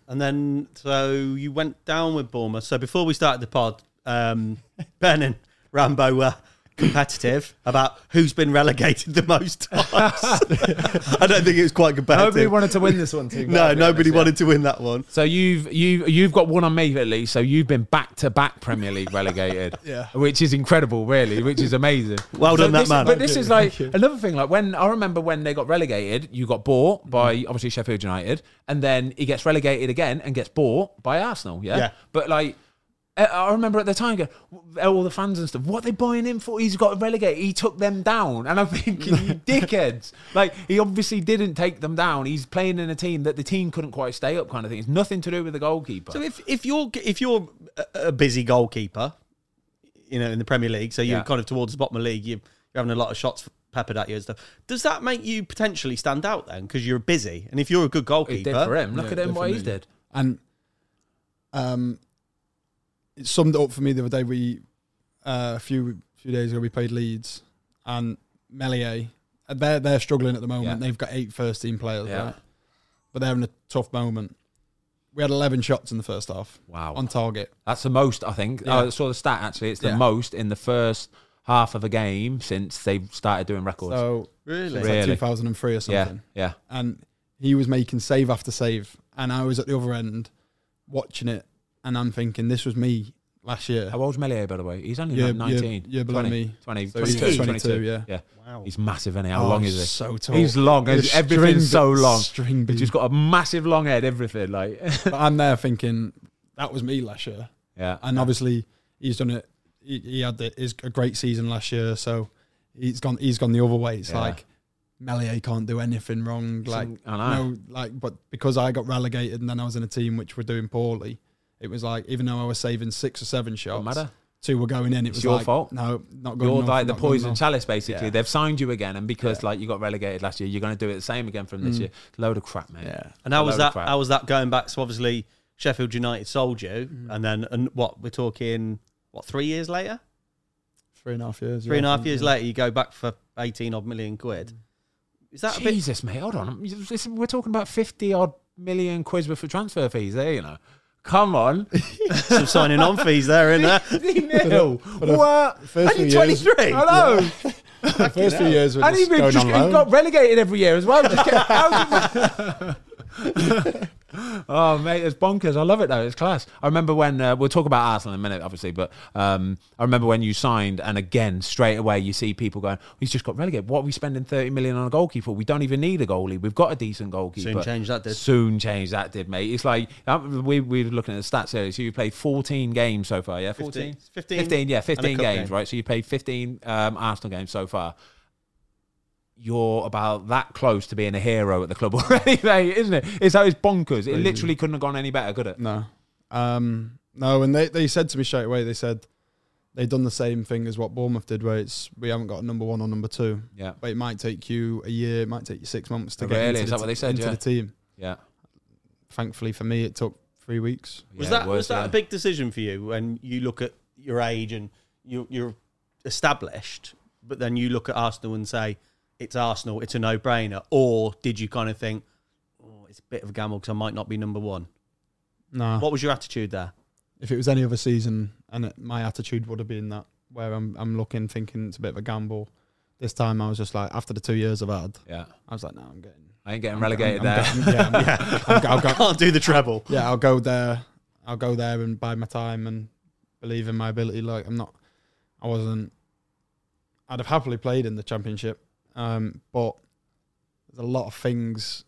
And then, so you went down with Bournemouth. So before we started the pod, um, Ben and Rambo were competitive about who's been relegated the most times. I don't think it was quite competitive. Nobody wanted to win this one, too. no, nobody wanted to win that one. So you've you you've got one on me at least. So you've been back to back Premier League relegated, Yeah. which is incredible, really, which is amazing. Well done, that this- man. But Thank this you, is like thank another thing. Like when I remember when they got relegated, you got bought by obviously Sheffield United, and then he gets relegated again and gets bought by Arsenal. Yeah, Yeah. but like. I- Uh, I remember at the time, going, all the fans and stuff. What are they buying him for? He's got relegated. He took them down, and I'm thinking, you dickheads! Like he obviously didn't take them down. He's playing in a team that the team couldn't quite stay up, kind of thing. It's nothing to do with the goalkeeper. So if, if you're if you're a- a busy goalkeeper, you know in the Premier League, so you're Yeah. kind of towards the bottom of the league, you, you're having a lot of shots peppered at you and stuff. Does that make you potentially stand out then because you're busy? And if you're a good He goalkeeper, did for him. Look Yeah, at him, what he definitely. did. And um, it summed it up for me the other day. We uh, a few few days ago we played Leeds and Melier. and They're they're struggling at the moment. Yeah. They've got eight first team players, Yeah. right? But they're in a tough moment. We had eleven shots in the first half Wow. on target. That's the most, I think. Yeah. I saw the stat actually. It's the Yeah. most in the first half of a game since they started doing records. So really, it's like Really? 2003 or yeah, something. yeah. and he was making save after save, and I was at the other end watching it, and I'm thinking this was me last year. How old's Melier, by the way? He's only Year- like 19. year- year below 20, me. 20, So 22, he's 22, 22, yeah. wow. He's massive, isn't he? How Oh, long is he? So tall. He's long. He's and everything's so string- long. String He's bean. just got a massive long head, everything. Like, but I'm there thinking that was me last year, yeah. and obviously he's done it. He, he had the, his, a great season last year, so he's gone. He's gone the other way. It's Yeah. like Melier can't do anything wrong. Like I know. no, like, but because I got relegated and then I was in a team which were doing poorly, it was like even though I was saving six or seven shots, Don't matter. two were going in. It It's was your like, fault. No, not good You're enough, like the not good poison enough. chalice, basically. Yeah. They've signed you again, and because like you got relegated last year, you're going to do it the same again from this year. Load of crap, mate. Mm. Yeah, And how A was load of that? crap. How was that going back? So obviously Sheffield United sold you, and then and what we're talking what three years later, three and a half years. three and a half years later. later, you go back for eighteen odd million quid. Is that a bit? Jesus, mate, hold on. This- We're talking about 50 odd million quid worth of transfer fees there, you know. Come on. some signing on fees there, isn't there? 50 mil. What? First And few you're years, 23. Hello. the first few years were And he just going just on he loan. got relegated every year as well. Just kept- how did- oh mate, it's bonkers. I love it though. It's class. I remember when uh, we'll talk about Arsenal in a minute, obviously, but um, I remember when you signed, and again straight away you see people going, "He's just got relegated. What are we spending thirty million on a goalkeeper? We don't even need a goalie. We've got a decent goalkeeper." Soon change that, did. Soon change that, did mate. It's like um, we we were looking at the stats earlier. So you played fourteen games so far, yeah, 14? 15. 15. yeah, And a fifteen cup games, game. right? So you played fifteen um, Arsenal games so far you're about that close to being a hero at the club already, mate, isn't it? It's how it's bonkers. It literally couldn't have gone any better, could it? No. Um, no, and they, they said to me straight away, they said they've done the same thing as what Bournemouth did, where it's we haven't got a number one or number two. Yeah, But it might take you a year, it might take you six months to Oh, get really? into, Is the, that what they said? into Yeah. the team. yeah. Thankfully for me, it took three weeks. Was Yeah, that it was that yeah. a big decision for you when you look at your age and you, you're established, but then you look at Arsenal and say it's Arsenal, it's a no-brainer, or did you kind of think oh, it's a bit of a gamble because I might not be number one? No. What was your attitude there? If it was any other season, and it, my attitude would have been that, where I'm, I'm looking, thinking it's a bit of a gamble. This time I was just like, after the two years I've had, Yeah, I was like, no, I'm getting I ain't getting relegated I'm- I'm there. getting- yeah, I'm- Yeah, I'm- I'm- I can't do the treble. yeah, I'll go there. I'll go there and buy my time and believe in my ability. Like I'm not, I wasn't. I'd have happily played in the championship, um, but there's a lot of things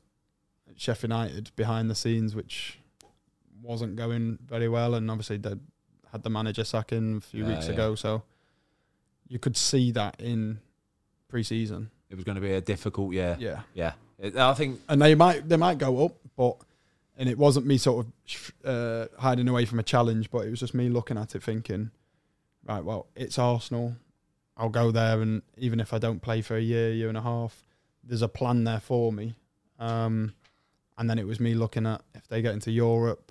at Sheffield United behind the scenes which wasn't going very well, and obviously they had the manager sacking a few Yeah, weeks yeah. ago, so you could see that in pre-season. It was going to be a difficult year. Yeah. Yeah, It- I think and they might they might go up, but and it wasn't me sort of uh, hiding away from a challenge, but it was just me looking at it thinking, right, well, it's Arsenal. I'll go there, and even if I don't play for a year, year and a half, there's a plan there for me. Um, and then it was me looking at if they get into Europe.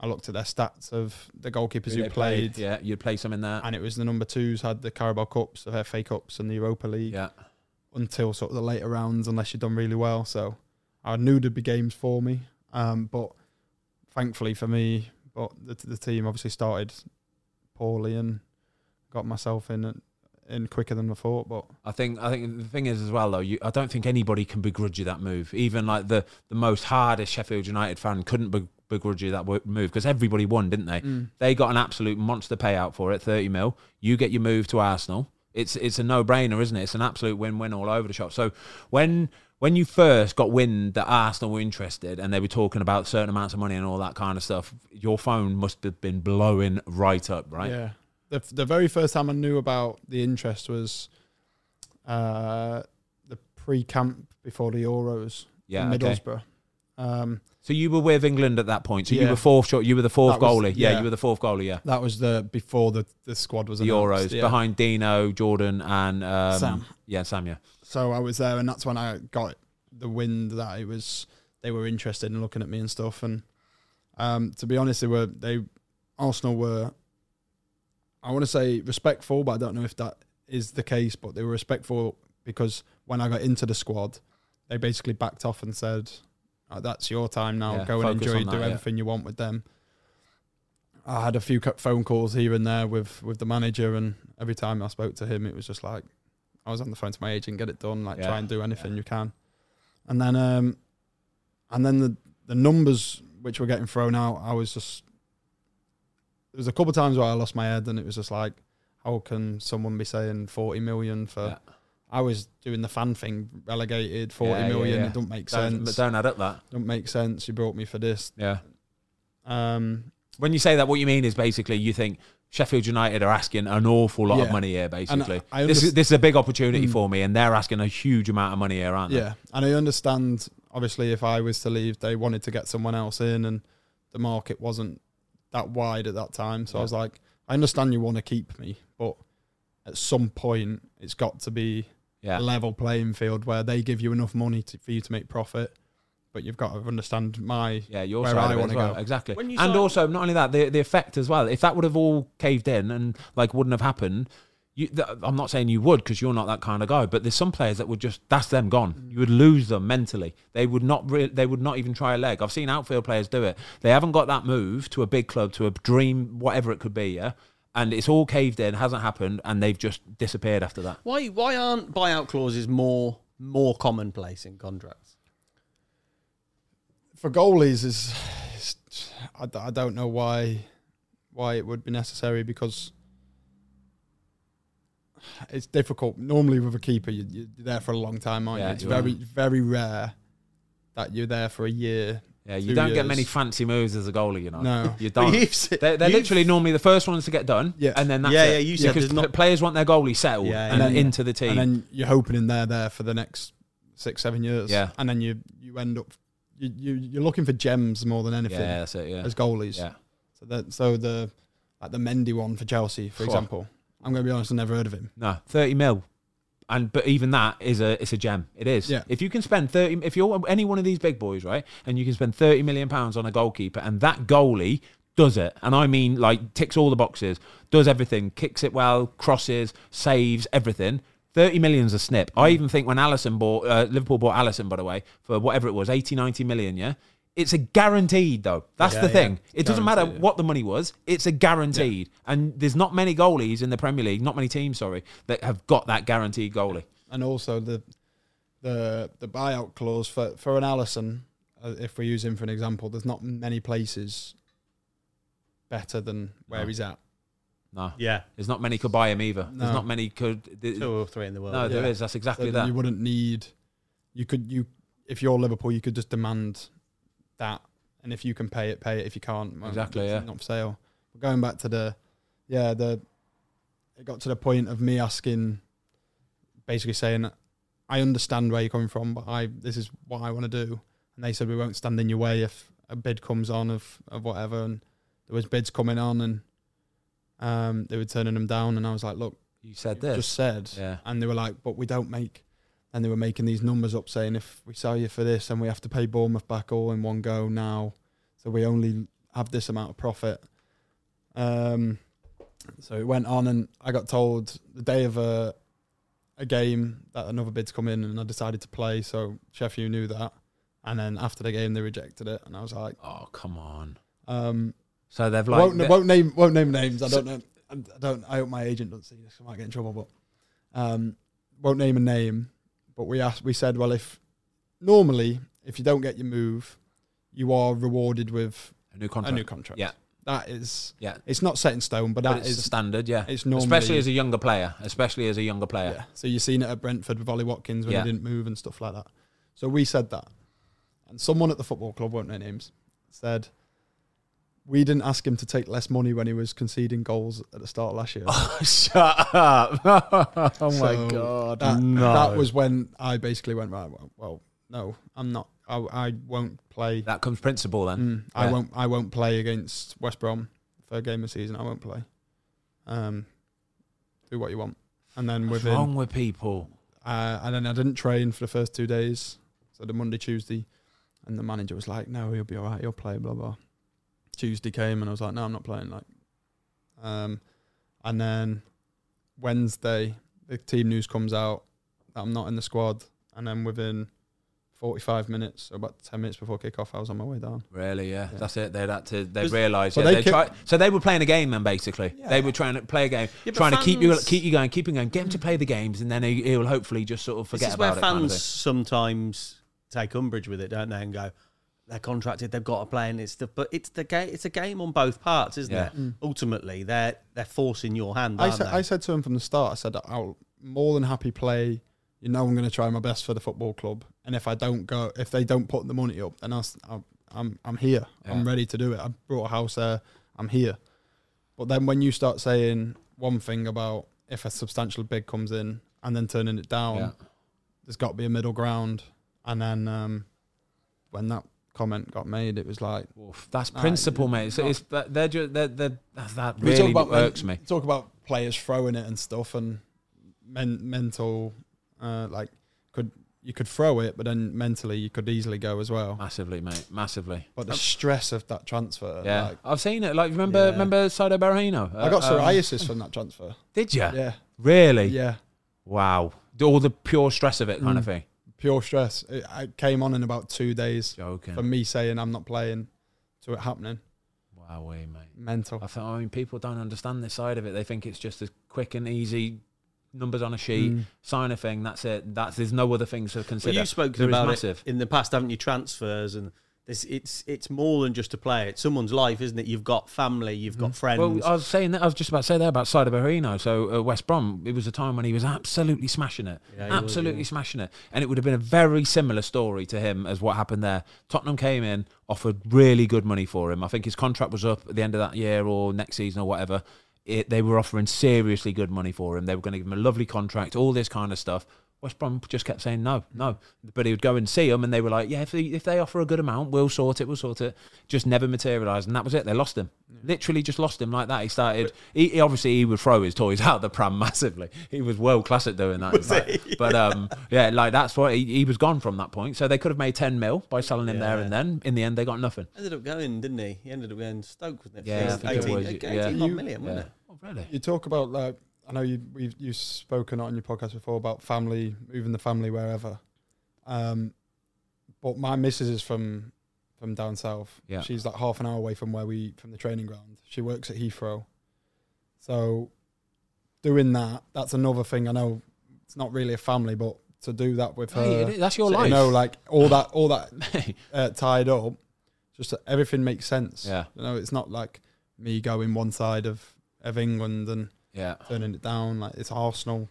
I looked at their stats of the goalkeepers who they played, Yeah, you'd play some in that. and it was the number twos had the Carabao Cups, the FA Cups, and the Europa League Yeah. until sort of the later rounds unless you've done really well. So I knew there'd be games for me, um, but thankfully for me, but the, the team obviously started poorly and got myself in in quicker than I thought. But I think I think the thing is as well though, you, I don't think anybody can begrudge you that move. Even like the the most hardest Sheffield United fan couldn't be, begrudge you that wo- move because everybody won, didn't they? Mm. They got an absolute monster payout for it, thirty mil. You get your move to Arsenal. It's it's a no brainer, isn't it? It's an absolute win win all over the shop. So when when you first got wind that Arsenal were interested and they were talking about certain amounts of money and all that kind of stuff, your phone must have been blowing right up, right? yeah, the f- the very first time I knew about the interest was uh, the pre camp before the Euros Yeah, in okay. Middlesbrough. Um, So you were with England at that point. So you Yeah. were fourth shot. You were the fourth That was- goalie. yeah. yeah. you were the fourth goalie. Yeah, that was the before the, the squad was the announced, Euros yeah. behind Dino, Jordan, and um, Sam. Yeah, Sam. Yeah, so I was there, and that's when I got the wind that it was they were interested in looking at me and stuff. And um, to be honest, they were they Arsenal were I want to say respectful, but I don't know if that is the case. But they were respectful because when I got into the squad, they basically backed off and said, "Uh, "That's your time now. Yeah, Go and focus enjoy, on that, do yeah. everything you want with them." I had a few co- phone calls here and there with with the manager, and every time I spoke to him, it was just like I was on the phone to my agent, get it done, like Yeah, try and do anything you can. And then, um, and then the the numbers which were getting thrown out, I was just there was a couple of times where I lost my head, and it was just like, how can someone be saying forty million for? Yeah. I was doing the fan thing, relegated forty Yeah, million. yeah, yeah. It don't make don't, sense. Don't, don't add up that. make sense. You brought me for this. Yeah. Um, When you say that, what you mean is basically you think Sheffield United are asking an awful lot of Yeah. money here. Basically, I this is underst- this is a big opportunity Mm. for me, and they're asking a huge amount of money here, aren't yeah, and I understand. Obviously, if I was to leave, they wanted to get someone else in, and the market wasn't that wide at that time. So Yeah. I was like, I understand you want to keep me, but at some point, it's got to be they? Yeah. a level playing field where they give you enough money to, for you to make profit, but you've got to understand my Yeah, your where side of I it wanna as well. go. Exactly. When you and sign- also, not only that, the, the effect as well. If that would have all caved in and like wouldn't have happened, you, th- I'm not saying you would because you're not that kind of guy. But there's some players that would just that's them gone. Mm. You would lose them mentally. They would not. Re- they would not even try a leg. I've seen outfield players do it. They haven't got that move to a big club, to a dream, whatever it could be. Yeah. And it's all caved in, hasn't happened, and they've just disappeared after that. Why why aren't buyout clauses more more commonplace in contracts? for goalies is, is I, d- I don't know why why it would be necessary because it's difficult. Normally with a keeper, you, you're there for a long time, aren't Yeah, you? It's you very very rare that you're there for a year. Yeah, you Two don't get years. many fancy moves as a goalie, you know. No. you don't. You've se- They're, they're you've- literally normally the first ones to get done, Yeah. and then that's Yeah, it. yeah, you said because there's not- players want their goalie settled Yeah, yeah. and, And then- into the team. and then you're hoping in there there for the next six seven years. Yeah. and then you you end up you, you you're looking for gems more than anything yeah, that's it. Yeah, as goalies. yeah. So that so the like the Mendy one for Chelsea, for Sure. example. I'm gonna be honest, I never heard of him. No, thirty mil, and but even that is a it's a gem. It is. Yeah. If you can spend thirty, if you're any one of these big boys, right, and you can spend thirty million pounds on a goalkeeper, and that goalie does it, and I mean like ticks all the boxes, does everything, kicks it well, crosses, saves everything. 30 million's a snip. I even think when Allison bought, uh, Liverpool bought Allison, by the way, for whatever it was, 80, 90 million, yeah? It's a guaranteed, though. That's the yeah. thing. It doesn't matter Guaranteed, yeah. what the money was. It's a guaranteed, and there's not many goalies in the Premier League, not many teams, sorry, that have got that guaranteed goalie. and also the the the buyout clause for for an Allison, uh, if we use him for an example, there's not many places better than where No. he's at. No. Yeah, There's not many could buy him either. There's No. not many could. th- two or three in the world. no, there Yeah. is. That's exactly So that. then you wouldn't need. You could you if you're Liverpool, you could just demand that, and if you can pay it, pay it. If you can't, well, Exactly, it's yeah. not for sale. But going back to the, yeah, the, it got to the point of me asking, basically saying, I understand where you're coming from, but I this is what I want to do, and they said we won't stand in your way if a bid comes on of of whatever, and there was bids coming on and. Um, they were turning them down, and I was like, "Look, you said you this. just said, yeah. and they were like, but we don't make. And they were making these numbers up saying, if we sell you for this and we have to pay Bournemouth back all in one go now. So we only have this amount of profit. Um, so it went on, and I got told the day of a, a game that another bid's come in, and I decided to play. So Sheffield knew that. And then after the game, they rejected it. And I was like, Oh come on. um, So they've like. won't, they- won't name won't name names. I So- don't know. I don't. I hope my agent doesn't see this. I might get in trouble, but um, won't name a name. But we asked. We said, well, if normally if you don't get your move, you are rewarded with a new contract. a new contract. Yeah. that is. Yeah. it's not set in stone, but But that it's is. the standard. Yeah. it's normally especially as a younger player. Especially as a younger player. yeah. So you've seen it at Brentford with Ollie Watkins when Yeah. he didn't move and stuff like that. So we said that. And someone at the football club, won't name names, said, we didn't ask him to take less money when he was conceding goals at the start of last year. Oh, Shut up. oh my So god. That, No. that was when I basically went, right, well, well no, I'm not. I, I won't play. That comes principle then. Mm, I Yeah. won't. I won't play against West Brom for a game of season. I won't play. Um, do what you want, and then What's Mm, within wrong with people? uh, and then I didn't train for the first two days. So the Monday, Tuesday, and the manager was like, "No, he'll be all right. He'll play." Blah blah. Tuesday came and I was like, "No, I'm not playing." Like, um, and then Wednesday, the team news comes out that I'm not in the squad, and then within 45 minutes, so about 10 minutes before kick off, I was on my way down. Really, yeah. Yeah. That's it. They'd had to. They Was- realised. Well, Yeah, they they ki- tried, so they were playing a game then, basically. Yeah. They were trying to play a game, Yeah, but trying to keep you fans- keep you going, keep him going, get him to play the games, and then he, he'll hopefully just sort of forget this is about where it. kind of fans thing. sometimes take umbrage with it, don't they? And go, they're contracted, they've got to play, and it's the but it's the game. It's a game on both parts, isn't Yeah. it? Ultimately, they're they're forcing your hand. I Aren't said, they? I said to him from the start, I said, I'll more than happy play. You know, I'm going to try my best for the football club. And if I don't go, if they don't put the money up, then I'll, s- I'll- I'm, I'm here. I'm Yeah. ready to do it. I brought a house there. I'm here. But then when you start saying one thing about if a substantial bid comes in and then turning it down, Yeah. there's got to be a middle ground. And then um, when that comment got made, it was like, Oof, that's Nah, principle, it's mate. So not. it's that they're just they're, they're, that that We really talk about irks men- me. Talk about players throwing it and stuff, and men, mental, uh, like could you could throw it, but then mentally you could easily go as well. Massively, mate. Massively. But the stress of that transfer, Um, Yeah, like, I've seen it. Like remember Yeah. remember Sado Barahino? I got Uh, um, psoriasis from that transfer. Did you Yeah, really? yeah, Mm. Wow. All the pure stress of it, kind of thing. pure stress. It, it came on in about two days Joking. from me saying I'm not playing to it happening. Wow, mate. Mental. I think I mean people don't understand this side of it. They think it's just a quick and easy numbers on a sheet, Mm. sign a thing. That's it. That's there's no other things to Well, consider. you've spoken There is about massive. it in the past, haven't you? Transfers and this, it's it's more than just a player. It's someone's life, isn't it? You've got family, you've got friends. Mm-hmm. Well, I was saying that I was just about to say that about Sida Berino. So uh, West Brom, it was a time when he was absolutely smashing it, Yeah, he was, absolutely yeah. smashing it, and it would have been a very similar story to him as what happened there. Tottenham came in, offered really good money for him. I think his contract was up at the end of that year or next season or whatever. It, they were offering seriously good money for him. They were going to give him a lovely contract, all this kind of stuff. West Brom just kept saying no, no. But he would go and see them, and they were like, "Yeah, if they, if they offer a good amount, we'll sort it, we'll sort it." Just never materialised, and that was it. They lost him, literally just lost him like that. He started. He, he- obviously he would throw his toys out the pram massively. He was world class at doing that. in fact. But um, yeah, like that's what he, he was gone from that point. So they could have made ten mil by selling him there Yeah. and then. In the end, they got nothing. ended up going, didn't he? He ended up going Stoke, wasn't it? Yeah, I think it 18, was, 18 yeah. odd You- million, wasn't Yeah. it? Oh, really? You talk about like I know you we've you've spoken on your podcast before about family moving the family wherever. Um, but my missus is from from down south. Yeah. she's like half an hour away from where we from the training ground. She works at Heathrow, so doing that that's another thing. I know it's not really a family, but to do that with Hey, her, Oh, it is- that's your so life. You know, like all that all that uh, tied up, just that everything makes sense. yeah. You know, it's not like me going one side of of England and Yeah. turning it down. Like it's Arsenal.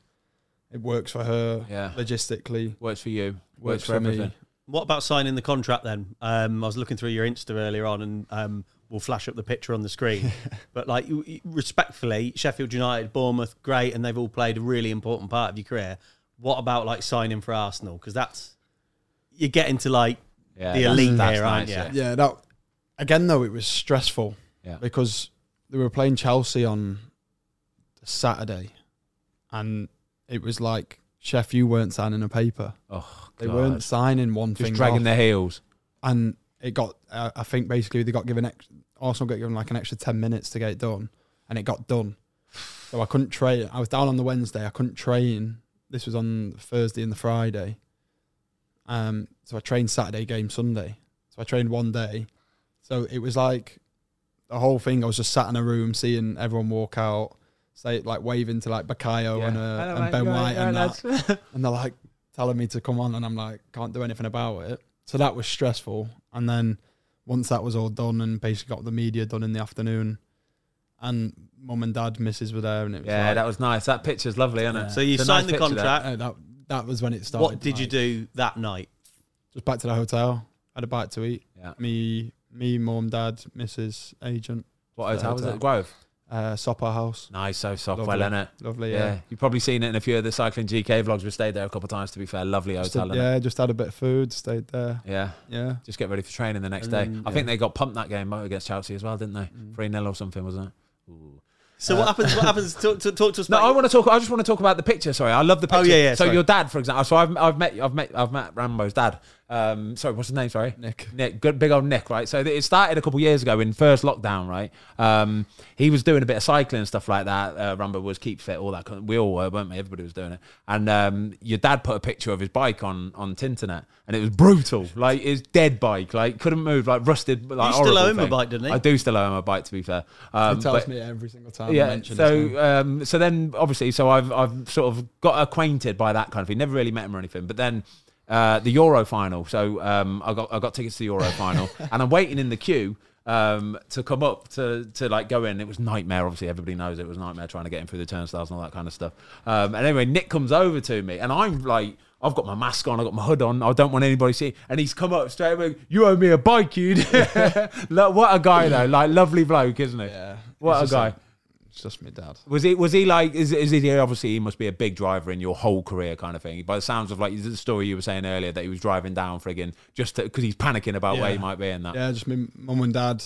It works for her Yeah. logistically. Works for you. Works, Works for, for me. everything. What about signing the contract then? Um, I was looking through your Insta earlier on, and um, we'll flash up the picture on the screen. but like, you- you- respectfully, Sheffield United, Bournemouth, great, and they've all played a really important part of your career. What about like signing for Arsenal? Because that's you're getting to like Yeah. The that's- elite that's there, aren't nice, you? yeah. Yeah, that again though it was stressful. Yeah. Because they were playing Chelsea on Saturday, and it was like, Chef, you weren't signing a paper. Oh, They God. weren't signing one just thing. dragging off. their heels. and it got. Uh, I think basically they got given. Ex- Arsenal got given like an extra ten minutes to get it done, and it got done. So I couldn't train. I was down on the Wednesday. I couldn't train. This was on Thursday and the Friday. Um, so I trained Saturday game Sunday. So I trained one day. So it was like the whole thing. I was just sat in a room, seeing everyone walk out, say like waving to like Bakayo and, I uh, don't and like- Ben you're White right, and you're that right, lads. and they're like telling me to come on, and I'm like, can't do anything about it. So that was stressful. And then once that was all done, and basically got the media done in the afternoon, and mum and dad, missus were there, and it was yeah, like, that was nice. That picture's lovely, isn't it? So you It's a signed nice the picture there. contract. uh, that that was when it started. what did you like, do that night? Just back to the hotel, had a bite to eat. Yeah. Me, me, mum, dad, missus, agent, What hotel was Hotel. it? Grove. uh, Sopper House, Nice, so soft, Lovely. well, innit? lovely. Yeah. Yeah, You've probably seen it in a few of the Cycling GK vlogs. We've stayed there a couple of times, to be fair. Lovely just, hotel, had, innit? yeah, just had a bit of food, stayed there. Yeah. Yeah, Just get ready for training the next And day. then, I yeah. think they got pumped that game out against Chelsea as well, didn't they? 3 nil 0 or something, wasn't it? Ooh. So what happens? What happens? Talk, talk, talk to us. Uh, No, about I your- want to talk. I just want to talk about the picture. Sorry, I love the Oh, picture. yeah, yeah, So sorry. your dad, for example. So I've, I've met I've met I've met Rambo's dad. Um, sorry, what's his name? Sorry, Nick. Nick, good big old Nick, right? So it started a couple years ago in first lockdown, right? Um, he was doing a bit of cycling and stuff like that. Uh, Rambo was keep fit, all that. kind of- We all were, weren't we? Everybody was doing it. And um, your dad put a picture of his bike on on Tinternet, and it was brutal. Like his dead bike, like couldn't move, like rusted. Like still horrible own the thing. bike, didn't you? I do still own my bike, to be fair. Um, he tells but- me every single time. I yeah. mention his name. So um, so then obviously so I've I've sort of got acquainted by that kind of thing. Never really met him or anything. But then uh, the Euro final. So um, I got I got tickets to the Euro final, and I'm waiting in the queue. Um, to come up to to like go in, it was nightmare. Obviously, everybody knows it was nightmare trying to get in through the turnstiles and all that kind of stuff. Um, and anyway, Nick comes over to me, and I'm like, I've got my mask on, I've got my hood on, I don't want anybody to see. And he's come up straight away, you owe me a bike, you. Look, what a guy though, like lovely bloke, isn't he? yeah, uh, What it's a just guy. like- it's just me dad. Was he? Was he like? Is is he? Obviously, he must be a big driver in your whole career, kind of thing. By the sounds of like the story you were saying earlier, that he was driving down friggin' just because he's panicking about where he Yeah. might be in that. Yeah, just me mum and dad.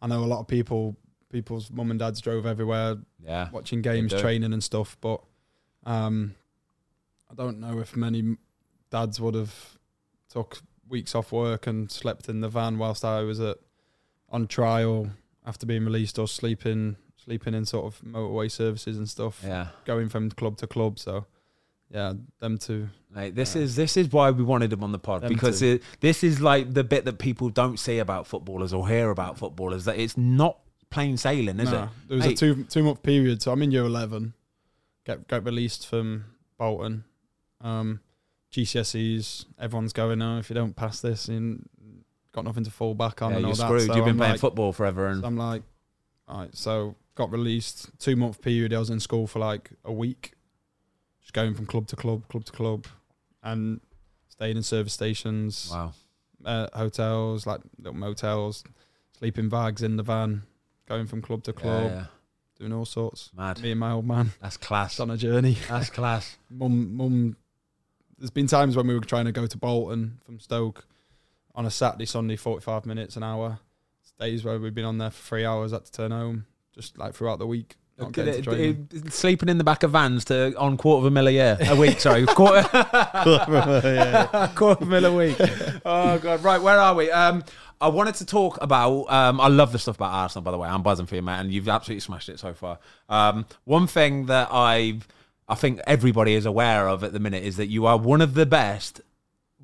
I know a lot of people, people's mum and dads drove everywhere, Yeah, watching games, do. training and stuff. But um, I don't know if many m- dads would have took weeks off work and slept in the van whilst I was at on trial after being released or sleeping sleeping in sort of motorway services and stuff, yeah. going from club to club. So yeah, them two. Mate, this Yeah. is this is why we wanted him on the pod Them because too. it, this is like the bit that people don't see about footballers or hear about footballers that it's not plain sailing, is Nah, it? There was a Mate. two two month period, so I'm in year eleven. Get get released from Bolton. Um, GCSEs, everyone's going now. If you don't pass this, you got nothing to fall back on. Yeah, and you're all screwed. That. So You've been I'm playing like, football forever, and I'm like, all right. So got released. Two month period. I was in school for like a week, just going from club to club, club to club, and staying in service stations wow, uh, hotels, like little motels, sleeping bags in the van, going from club to Yeah, club, yeah. doing all sorts. mad. Me and my old man That's class. just on a journey. That's class. Mum, mum. There's been times when we were trying to go to Bolton from Stoke on a Saturday, Sunday, 45 minutes an hour. Days where we've been on there for three hours, had to turn home, just like throughout the week. Not Did getting to it- training. it- sleeping in the back of vans to on quarter of a mil a year a week. Sorry, quarter quarter of a mil a week. Oh god, right. Where are we? Um, I wanted to talk about. Um, I love the stuff about Arsenal. By the way, I'm buzzing for you, mate, and you've absolutely smashed it so far. Um, one thing that I've, I think everybody is aware of at the minute is that you are one of the best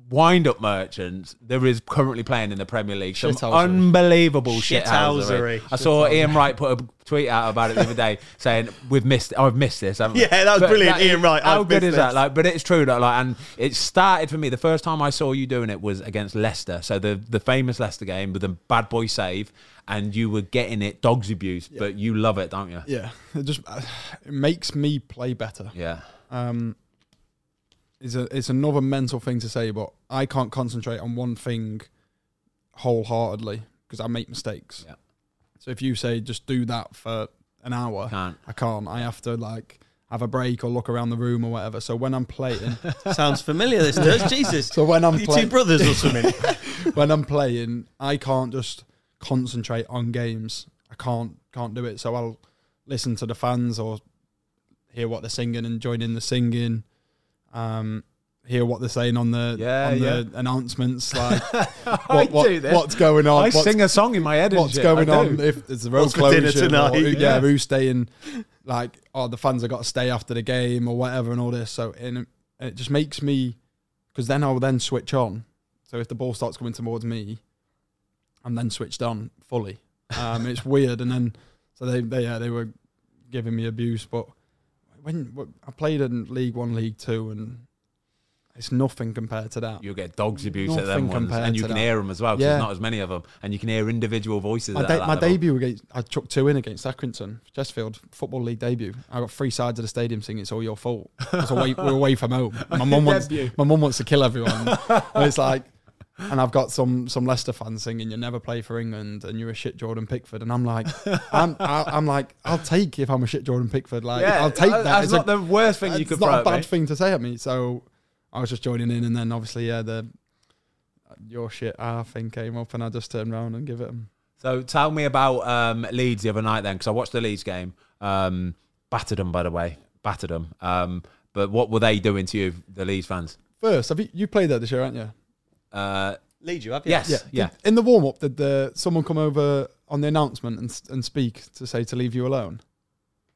wind up merchants there is currently playing in the Premier League. Some Shithousery. unbelievable shithousery. Shithousery. I saw Ian Wright put a tweet out about it the other day saying we've missed oh, I've missed this. haven't we?" Yeah, that was brilliant, Ian Wright, How "I've good missed is that? this." Like but it's true that like and it started for me. The first time I saw you doing it was against Leicester. So the the famous Leicester game with the bad boy save and you were getting it dogs abuse, but you love it, don't you? Yeah, it just uh, it makes me play better. Yeah. um, is a, it's another mental thing to say, but I can't concentrate on one thing wholeheartedly because I make mistakes. Yeah. So if you say just do that for an hour, Can't. I can't. I have to like have a break or look around the room or whatever. So when I'm playing, Sounds familiar. This does Jesus. so when I'm You two playing, brothers or something. when I'm playing, I can't just concentrate on games. I can't can't do it. So I'll listen to the fans or hear what they're singing and join in the singing. Um, hear what they're saying on the Yeah, on the announcements, like I what, what- do this. what's going on. I what's sing a song in my head. and what's shit. going I do. on if there's a road What's for closure dinner or who- tonight? yeah, Yeah. who's staying like oh the fans have got to stay after the game or whatever and all this so and it, and it just makes me because then i'll then switch on so if the ball starts coming towards me i'm then switched on fully um it's weird and then so they they yeah they were giving me abuse but when w- i played in league one league two and it's nothing compared to that You'll get dogs abuse at Nothing them ones, compared and you to can that. hear them as well. 'cause Yeah. There's not as many of them, and you can hear individual voices. My, at de- that my level. debut against I chucked two in against Accrington, Chesterfield Football League debut. I got three sides of the stadium singing "It's all your fault." 'Cause away, we're away from home. My mum wants Debut. my mum wants to kill everyone. and it's like, and I've got some some Leicester fans singing "You never play for England" and you're a shit Jordan Pickford, and I'm like, I'm I, I'm like, I'll take if I'm a shit Jordan Pickford. Like, Yeah, uh, I'll take that. That's It's a- not the worst thing you it's could not throw a at bad me. thing to say at me. So I was just joining in, and then obviously, yeah, the your shit ah thing came up, and I just turned around and give it. 'em. So tell me about um, Leeds the other night then, because I watched the Leeds game. Um, battered them, by the way, battered them. Um, but what were they doing to you, the Leeds fans? First, have you, you played that this year, haven't you? Uh, Lead you have you? yes, yeah. Did- in the warm up, did the, someone come over on the announcement and, s- and speak to say to leave you alone?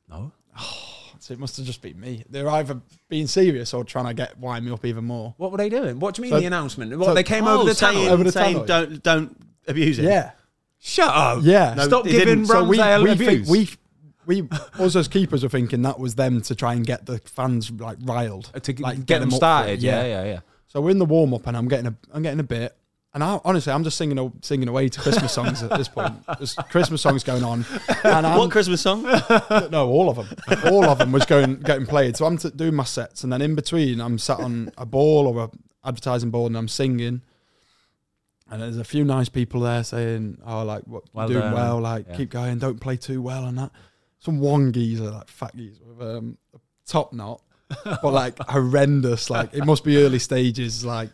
No. So it must have just been me. They're either being serious or trying to get wind me up even more. What were they doing? What do you mean So- the announcement? What so- they came over Oh, the saying, tunnel? Over the saying tunnel. don't don't abuse it. Yeah, Shut up! yeah. No, Stop they giving didn't. Ramsdale we we, abuse. think, we we us as keepers were thinking that was them to try and get the fans like riled to g- like, get, Uh, get them them up for it, started. Yeah, yeah, yeah. yeah. So we're in the warm up, and I'm getting a, I'm getting a bit, and I, honestly, I'm just singing, a, singing away to Christmas songs at this point. There's Christmas songs going on, and I'm, Um, What Christmas song? no, all of them, all of them was going getting played. So I'm t- doing my sets, and then in between, I'm sat on a ball or a advertising board, and I'm singing. And there's a few nice people there saying, "Oh, like what Well you're doing done. well, like Yeah. keep going, don't play too well," and that. Some one geezer, like fat geezer with um, a top knot, but like horrendous. Like it must be early stages. Like,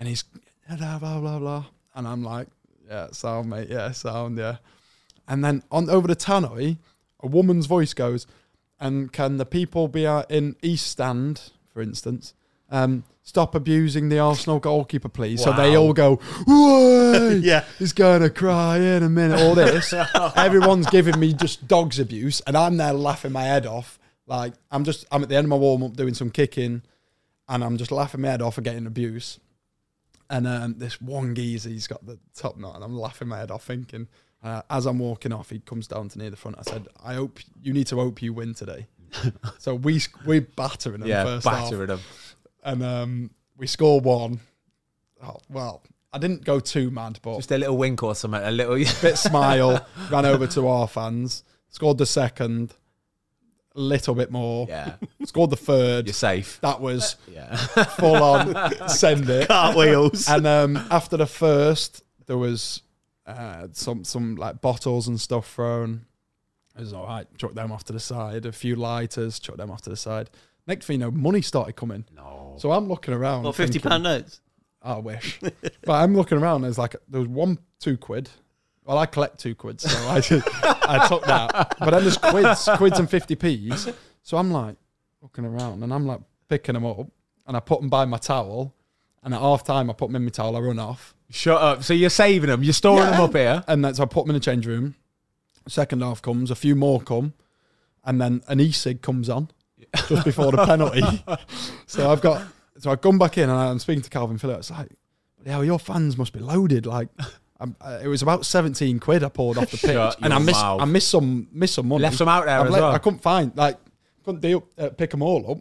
and he's blah blah blah blah, and I'm like, "Yeah, sound, mate. Yeah, sound, yeah." And then on over the tannoy, a woman's voice goes, and can the people be out in East Stand, for instance, um, stop abusing the Arsenal goalkeeper, please? So they Wow. all go, Whoa, Yeah. he's going to cry in a minute, all this. Everyone's giving me just dog's abuse, and I'm there laughing my head off. Like, I'm just, I'm at the end of my warm up doing some kicking, and I'm just laughing my head off and getting abuse. And um, this one geezer, he's got the top knot, and I'm laughing my head off, thinking, uh, as I'm walking off, he comes down to near the front. I said, "I hope you need to hope you win today." so we sc- we battering them Yeah, first half, battering them. and um, we score one. Oh, well, I didn't go too mad, but Just a little wink or something. A little. bit smile. ran over to our fans, scored the second, a little bit more, Yeah, scored the third. you're safe. That was Yeah. full on. send it. Cartwheels. and um, after the first, there was uh, some some like bottles and stuff thrown. It was all right. Chuck them off to the side. A few lighters. Chuck them off to the side. Next thing you know, money started coming. No. So I'm looking around. What fifty thinking, pound notes? I wish. but I'm looking around. There's like there was one two quid. Well, I collect two quids, so I just, I took that. But then there's quids, quids and fifty p's. So I'm like looking around, and I'm like picking them up, and I put them by my towel. And at half time, I put them in my towel. I run off. Shut up. So you're saving them. You're storing them up here. And that's I put them in the change room. Second half comes, a few more come, and then an e-cig comes on just before the penalty. so I've got so I've gone back in and I'm speaking to Calvin Phillips. It's like, yeah, your fans must be loaded. Like, I'm, uh, it was about 17 quid I poured off the Shut pitch, and I your missed mouth. I missed some missed some money. Left some out there I've as let- well. I couldn't find like couldn't deal uh, pick them all up.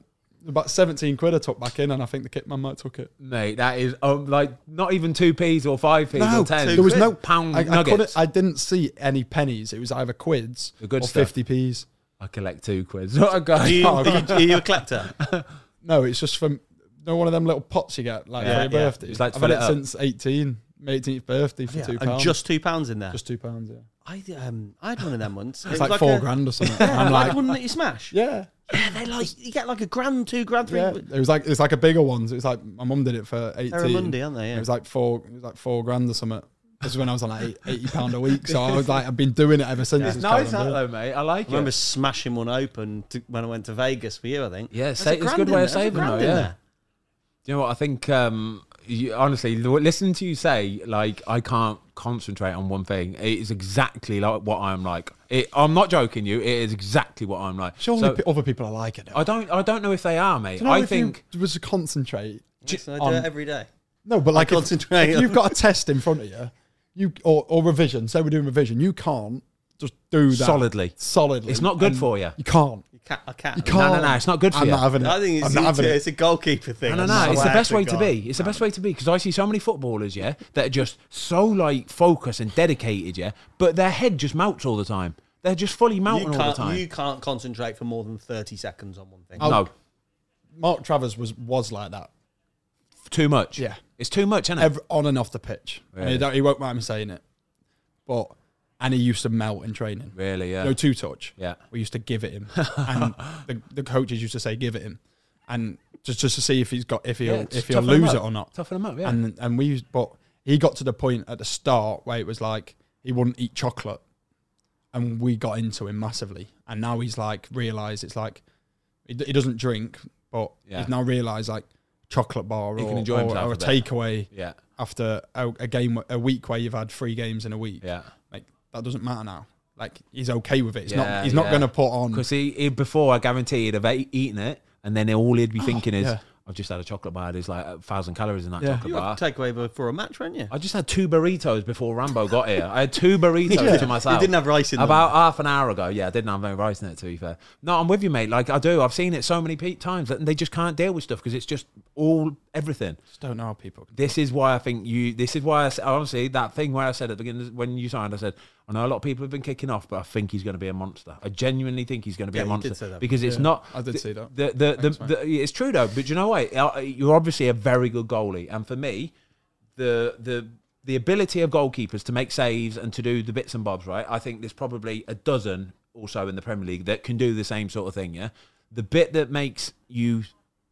About 17 quid I took back in, and I think the kit man might took it. Mate, that is um, like not even two p's or five p's or ten. there was no pound I, I, couldn't- nuggets. I, I didn't see any pennies. It was either quids The good or stuff. 50 p's. collect two quids. What a guy. Do you, Oh, do you, are you a collector? No, it's just from no one of them little pots you get like Yeah, for your yeah. birthday. Just like to I've had fill it, it up. since 18, my 18th birthday for Yeah, two and pounds. just two pounds in there. just two pounds. Yeah, I um, I had one of them once. It it's was like, four a- grand or something. Yeah, I'm like like, one that you smash. yeah, Yeah, they like you get like a grand, two grand, three. yeah. It was like it's like a bigger one. So it was like my mum did it for 18. They're a Monday, aren't they? It Yeah. was like four. It was like four grand or something. This is when I was on like eight- eighty pound a week. So I was like, I've been doing it ever since. Yeah. It's Nice that kind though, of- mate. I like I remember it. smashing one open to, when I went to Vegas for you. I think. Yeah, There's sa- a it's a grand good in way there, of there's a saving grand though. in Yeah. there. You know what? I think um, you, honestly, l- listening to you say, like, I can't concentrate on one thing. It is exactly like what I'm like. It, I'm not joking you. It is exactly what I'm like. Surely So, pe- other people are liking it. I don't. I don't know if they are, mate. Do you know I if you think. was to concentrate. Listen, I do Um, on- it every day. No, but like if- concentrate If, on- you've got a test in front of you, you or, or revision. Say we're doing revision. You can't just do that Solidly. Solidly, It's not good And for you. You can't. You can't. I can't. You can't. no, it's not good for I'm you. not having it. I think it's, I'm not it's, having a, it. it's a goalkeeper thing. No, no, no. It's the best way to be. It's the best way to be because I see so many footballers, yeah, that are just so like focused and dedicated, yeah, but their head just melts all the time. They're just fully You mounting all the can't, time. Oh, you can't concentrate for more than 30 seconds on one thing. I'll- no, Mark Travers was was like that. too much. Yeah. it's too much, isn't it? Every, on and off the pitch. And he, Really? don't, he won't mind me saying it, but and he used to melt in training. really, yeah. No two touch. Yeah. We used to give it him, and the, the coaches used to say give it him, and just just to see if he's got if he'll Yeah, it's if he'll toughen 'em lose up. it or not. Toughen 'em up, yeah. And and we used, but he got to the point at the start where it was like he wouldn't eat chocolate, and we got into him massively, and now he's like realised it's like he, d- he doesn't drink, but Yeah. he's now realised like chocolate bar or, He can enjoy or, himself or a a bit. takeaway yeah, after a, a game a week where you've had three games in a week yeah. like that doesn't matter now. Like he's okay with it. He's Yeah, not. He's yeah. not going to put on. Because he, he- before, I guarantee he'd have ate, eaten it, and then all he'd be thinking is, yeah. "I've just had a chocolate bar. There's like a thousand calories in that Yeah. chocolate You bar." have to take away before a match, weren't you? I just had two burritos before Rambo got here. I had two burritos Yeah. to myself. You didn't have rice in them. About half an hour ago, yeah, I didn't have any rice in it. To be fair, no, I'm with you, mate. Like I do, I've seen it so many pe- times that they just can't deal with stuff because it's just all everything. just don't know how people. Can. This is why I think you. This is why I s- honestly that thing where I said at the beginning when you signed, I said I know a lot of people have been kicking off, but I think he's going to be a monster. I genuinely think he's going to be Yeah, a you monster did say that. because it's Yeah, not. I did the- see that. The, the, Thanks, the, mate. the, it's true though, but you know what? Uh, You're obviously a very good goalie, and for me, the the the ability of goalkeepers to make saves and to do the bits and bobs, right? I think there's probably a dozen also in the Premier League that can do the same sort of thing. Yeah, the bit that makes you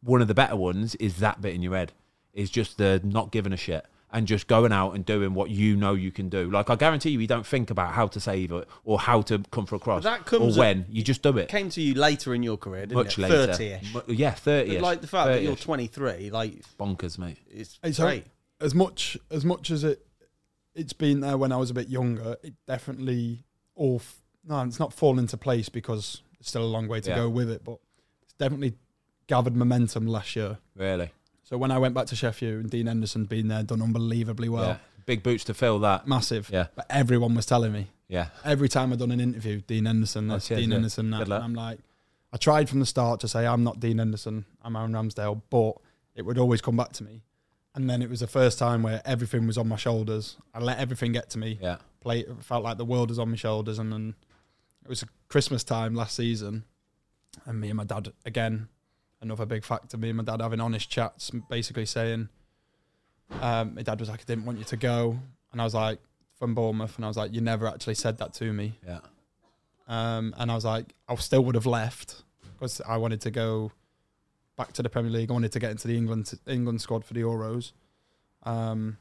one of the better ones is that bit in your head, is just the not giving a shit and just going out and doing what you know you can do. Like I guarantee you, you don't think about how to save it or how to come for a cross that comes or when you just do It it. came to you later in your career, didn't Much it? later, 30-ish. Mu- yeah, thirty. But like the fact that you're 23, like bonkers, mate. it's It's great. as much as much as it. It's been there when I was a bit younger. It definitely all. f- No, it's not fallen into place because it's still a long way to Yeah. go with it, but it's definitely gathered momentum last year. Really, So when I went back to Sheffield and Dean Henderson being there, done unbelievably well, yeah. big boots to fill that. massive. Yeah. But everyone was telling me Yeah, every time I've done an interview, Dean Henderson, Oh, this, cheers, Dean yeah. Henderson, that. Good And luck. I'm like, I tried from the start to say I'm not Dean Henderson, I'm Aaron Ramsdale, but it would always come back to me. And then it was the first time where everything was on my shoulders. I let everything get to me. yeah. Play, it felt like the world was on my shoulders. And then it was Christmas time last season, and me and my dad again, another big factor. Me and my dad having honest chats, basically saying, um, my dad was like, "I didn't want you to go," and I was like, "From Bournemouth," and I was like, "You never actually said that to me." Yeah. Um, and I was like, I still would have left because I wanted to go back to the Premier League. I wanted to get into the England England squad for the Euros. Um,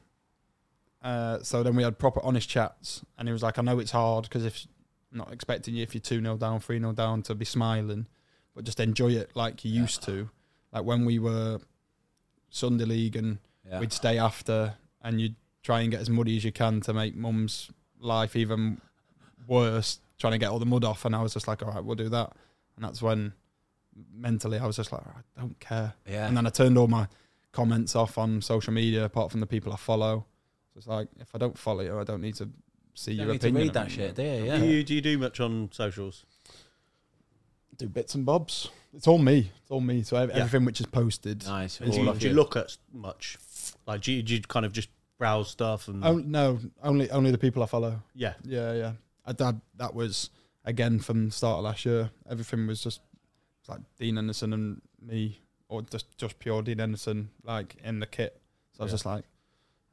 uh, so then we had proper honest chats, and he was like, I know it's hard because if I'm not expecting you, if you're 2 0 down, 3 0 down, to be smiling, but just enjoy it like you Yeah. used to. Like when we were Sunday League and Yeah. we'd stay after and you'd try and get as muddy as you can to make mum's life even worse, trying to get all the mud off. And I was just like, all right, we'll do that. And that's when mentally I was just like, I don't care. yeah. And then I turned all my comments off on social media apart from the people I follow. So it's like if I don't follow you, I don't need to see You your need to opinion. read on that it. shit, do you? Do Yeah. you do you do much on socials? Do bits and bobs. It's all me. It's all me. So ev- Yeah. everything which is posted. Nice. It's all do you, of do you you. look at s- much? Like do you, do you kind of just browse stuff and Oh no, only only the people I follow. yeah? Yeah, yeah. I, that that was again from the start of last year. Everything was just it was like Dean Anderson and me, or just just pure Dean Anderson, like in the kit. So I was Yeah. just like,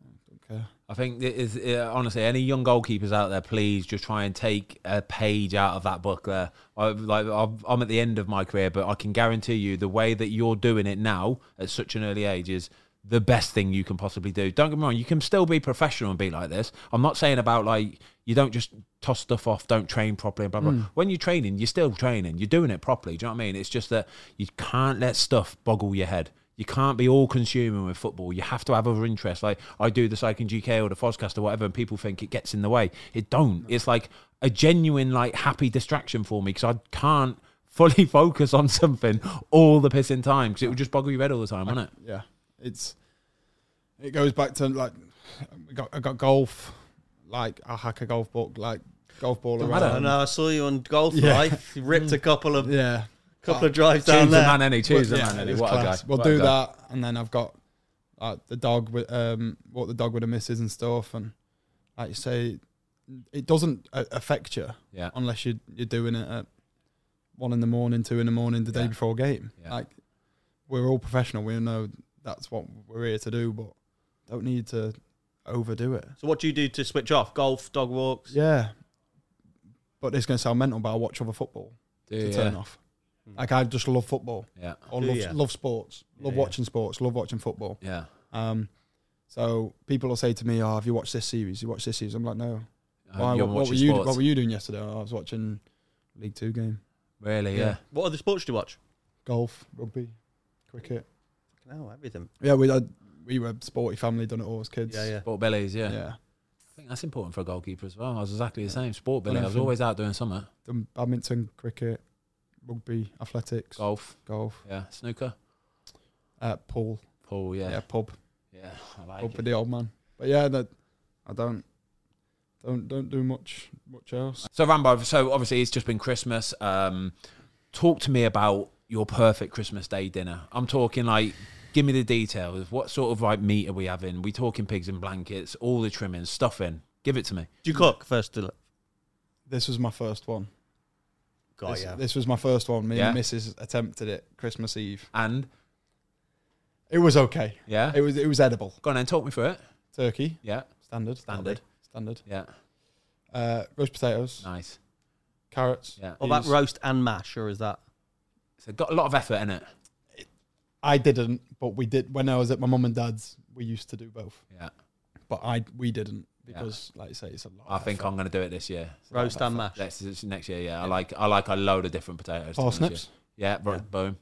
"Oh, don't care. I think it is uh, honestly any young goalkeepers out there, please just try and take a page out of that book. There, I, like I've- I'm at the end of my career, but I can guarantee you the way that you're doing it now at such an early age is the best thing you can possibly do. Don't get me wrong, you can still be professional and be like this. I'm not saying about like you don't just toss stuff off, don't train properly, and blah blah. When you're training, you're still training, you're doing it properly. Do you know what I mean? It's just that you can't let stuff boggle your head. You can't be all consuming with football. You have to have other interests. Like I do the cycling GK or the Foscast or whatever, and people think it gets in the way. It don't. It's like a genuine, like happy distraction for me because I can't fully focus on something all the pissing time because it would just boggle your head all the time, wouldn't it? Yeah, it's it goes back to like I got, I got golf. Like I hack a golf book, like golf ball Don't around. matter. I know. I saw you on golf Yeah. life. You ripped a couple of Yeah, couple of drives down Choose the there. man any, choose the Yeah, man any. it was What a class. guy. We'll What a do guy. that, and then I've got like the dog with um what the dog with the misses and stuff, and like you say, it doesn't a- affect you Yeah. unless you you're doing it at one in the morning, two in the morning, the day Yeah. before a game. Yeah. Like we're all professional, we know that's what we're here to do, but don't need to overdo it. So what do you do to switch off? Golf, dog walks. Yeah, but it's gonna sound mental, but I watch other football Do to you? turn off. Hmm. Mm. Like I just love football. Yeah. Or Do love, ya? love sports, love Yeah, yeah. watching sports, love watching football. Yeah. Um, so people will say to me, "Oh, have you watched this series? You watched this series?" I'm like, "No." Uh, Why, you're what, what were watching you? sports. What were you doing yesterday? "Oh, I was watching League Two game, Really? Yeah. Yeah. What other sports do you watch? golf, rugby, cricket. No, everything. Yeah, we had, we were sporty family, done it all as kids. Yeah, yeah. Sport bellies. Yeah. yeah. I think that's important for a goalkeeper as well. I was exactly the same. Sport belly. Done I was everything. always out doing something. Done badminton, cricket, rugby, athletics, golf, Golf. Yeah. Snooker. uh, pool, Pool. yeah. Yeah. pub, Yeah. I pub like for it. the old man. But yeah, that I don't, don't, don't do much, much else. So Rambo, so obviously it's just been Christmas. Um, talk to me about your perfect Christmas Day dinner. I'm talking like, give me the details. What sort of like meat are we having? We talking pigs in blankets, all the trimmings, stuffing. Give it to me. Do you cook first? To This was my first one. God, this, Oh, yeah. this was my first one. Me and Yeah. Mrs. attempted it Christmas Eve. And It was okay. yeah, It was it was edible. go on then. Talk me through it. Turkey, Yeah, standard, Standard. standard. yeah, Uh, roast potatoes, nice. carrots. Yeah, What about Yes. roast and mash, or is that? so got a lot of effort in it. I didn't, but we did when I was at my mum and dad's. We used to do both, Yeah, but I we didn't Yeah. because, like you say, it's a lot. I think I'm gonna do it this year. Roast and mash. Next, next year, yeah. I like I like a load of different potatoes. to be honest with parsnips, you. Yeah, bro, Yeah. boom,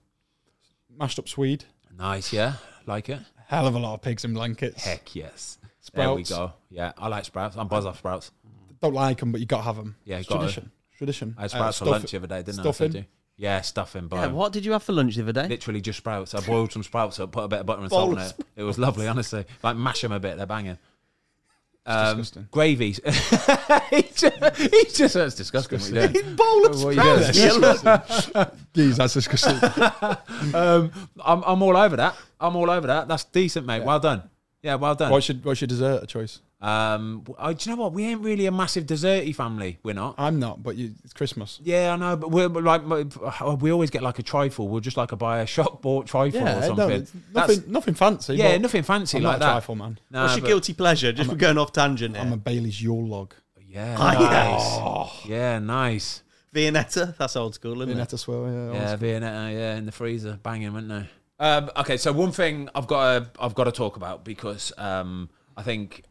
mashed up swede, nice. Yeah, like it. hell of a lot of pigs in blankets. Heck yes. There we Sprouts. go. Yeah, I like sprouts. I'm buzz off sprouts. Don't like them, but you got to have them. Yeah, it's gotta. tradition. Tradition. I had sprouts Uh, for stuff- lunch the other day, didn't I? stuffing. So I do. Yeah, stuffing. Bro. Yeah. What did you have for lunch the other day? Literally just sprouts. I boiled some sprouts up, put a bit of butter and Bowl salt on of it. It was lovely, honestly. Like mash them a bit, they're banging. Um, disgusting. gravy. he just, he just that's disgusting. What are you doing? Bowl What are you doing? Geez, that's disgusting. um, I'm, I'm all over that. I'm all over that. That's decent, mate. Well done. Yeah, well done. what's your what's your dessert choice? Um, I, do you know what? We ain't really a massive desserty family. We're not. I'm not, but you, it's Christmas. Yeah, I know, but we're we're like oh, we always get like a trifle. We'll just like a buy a shop bought trifle or no, something. it's That's- nothing, nothing fancy. yeah, but nothing fancy I'm like not a that. trifle man. No, What's your but- guilty pleasure? Just for going off tangent I'm a here. Bailey's Yule log. Yeah, Ah, nice. yes. Yeah, nice. Viennetta. That's old school, isn't it? Vinetta swirl, yeah. Yeah, always. Viennetta, yeah, in the freezer, banging, weren't they? Um, okay, so one thing I've got to, I've got to talk about because um, I think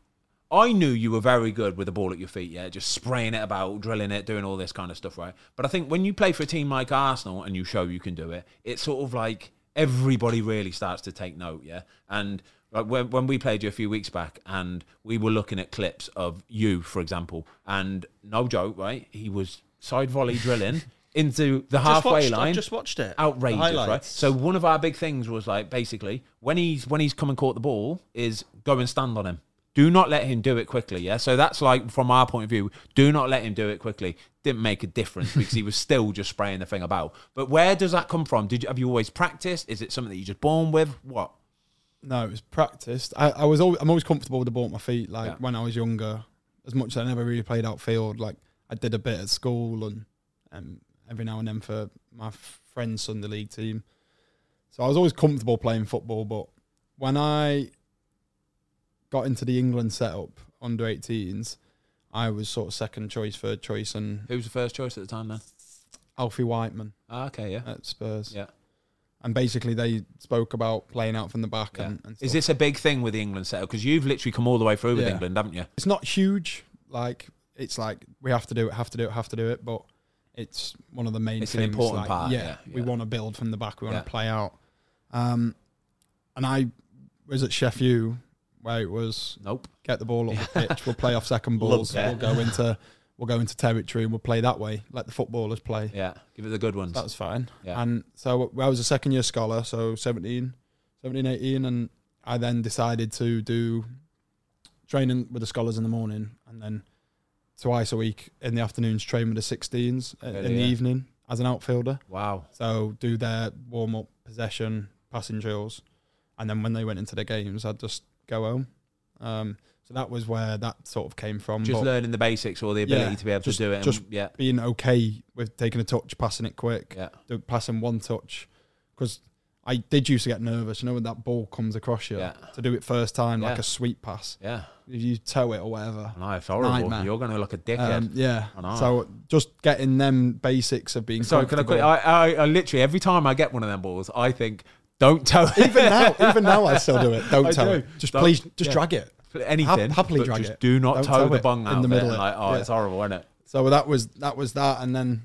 I knew you were very good with the ball at your feet, yeah, just spraying it about, drilling it, doing all this kind of stuff, right? But I think when you play for a team like Arsenal and you show you can do it, it's sort of like everybody really starts to take note, yeah. And like when when we played you a few weeks back, and we were looking at clips of you, for example, and no joke, right? He was side volley drilling. into the Just halfway watched- line. I've just watched it. The outrageous, right? highlights. So one of our big things was like basically when he's when he's come and caught the ball is go and stand on him. Do not let him do it quickly. Yeah. So that's like from our point of view, do not let him do it quickly. Didn't make a difference because he was still just spraying the thing about. But where does that come from? Did you, have you always practiced? Is it something that you just born with? What? No, it was practiced. I, I was always, I'm always comfortable with the ball at my feet. Like Yeah. when I was younger, as much as I never really played outfield, like I did a bit at school and um, every now and then for my f- friend's Sunday league team. So I was always comfortable playing football. But when I got into the England setup under 18s, I was sort of second choice, third choice, and Who was the first choice at the time then? Alfie Whiteman Ah, okay, yeah. at Spurs. Yeah. And basically, they spoke about playing out from the back. Yeah. And, and Is stuff. this a big thing with the England setup? Because you've literally come all the way through with Yeah. England, haven't you? it's not huge. Like it's like we have to do it, have to do it, have to do it. But it's one of the main. It's an things, important like, part, yeah, we yeah. want to build from the back. We want Yeah. to play out. Um, and I was at Chef U where it was Nope. get the ball up the pitch. We'll play off second balls. that. We'll go into we'll go into territory and we'll play that way. Let the footballers play. Yeah. Give it the good ones. That was fine. Yeah. And so I was a second year scholar, so 17, 17, 18, and I then decided to do training with the scholars in the morning and then twice a week in the afternoons train with the 16s in Really, the yeah. evening as an outfielder. wow. So do their warm up, possession, passing drills, and then when they went into the games, I'd just go home. Um, so that was where that sort of came from. Just but- learning the basics or the ability Mm-hmm. Yeah, to be able just- to do it. And, just- yeah. being okay with taking a touch, passing it quick, Yeah. the passing one touch, because I did used to get nervous. You know when that ball comes across you Yeah. to do it first time, like Yeah. a sweep pass, Yeah. if you toe it or whatever. No, it's horrible. Nightmare. "Oh, You're going to look a dickhead. Um, yeah. I know. So just getting them basics of being. Sorry, can I quick? comfortable. I, I, I literally every time I get one of them balls, I think, don't tell even now, even now, I still do it. I Don't toe do. it. Just Don't- please, just yeah. drag it. anything. Hap- happily but drag just it. Do not Don't toe toe the it bung out in the of it. middle of it. Like, oh, Yeah. it's horrible, isn't it? So that was that was that, and then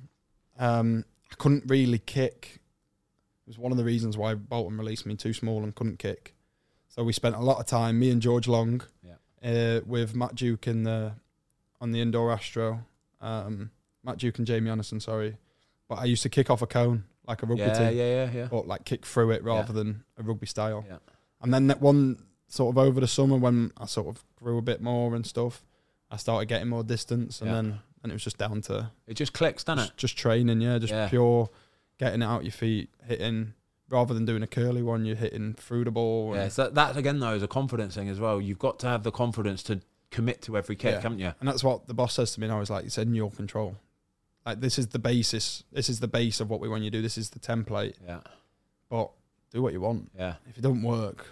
um, I couldn't really kick. It was one of the reasons why Bolton released me too small and couldn't kick. So we spent a lot of time, me and George Long, uh, with Matt Duke in the on the indoor Astro, um, Matt Duke and Jamie Anderson. Sorry, but I used to kick off a cone like a rugby Yeah, yeah, team, yeah, yeah. but like kick through it rather than a rugby style. Yeah. And then that one sort of over the summer when I sort of grew a bit more and stuff, I started getting more distance, and Yeah. then and it was just down to It just clicks, doesn't it? just, just training, yeah, just Yeah. pure getting it out your feet, hitting rather than doing a curly one, you're hitting through the ball. and- Yeah. So that, that again though is a confidence thing as well. You've got to have the confidence to commit to every kick, Yeah. haven't you? And that's what the boss says to me now. He's like, it's in your control. Like this is the basis. This is the base of what we want you to do. This is the template. Yeah. But do what you want. Yeah. If it doesn't work,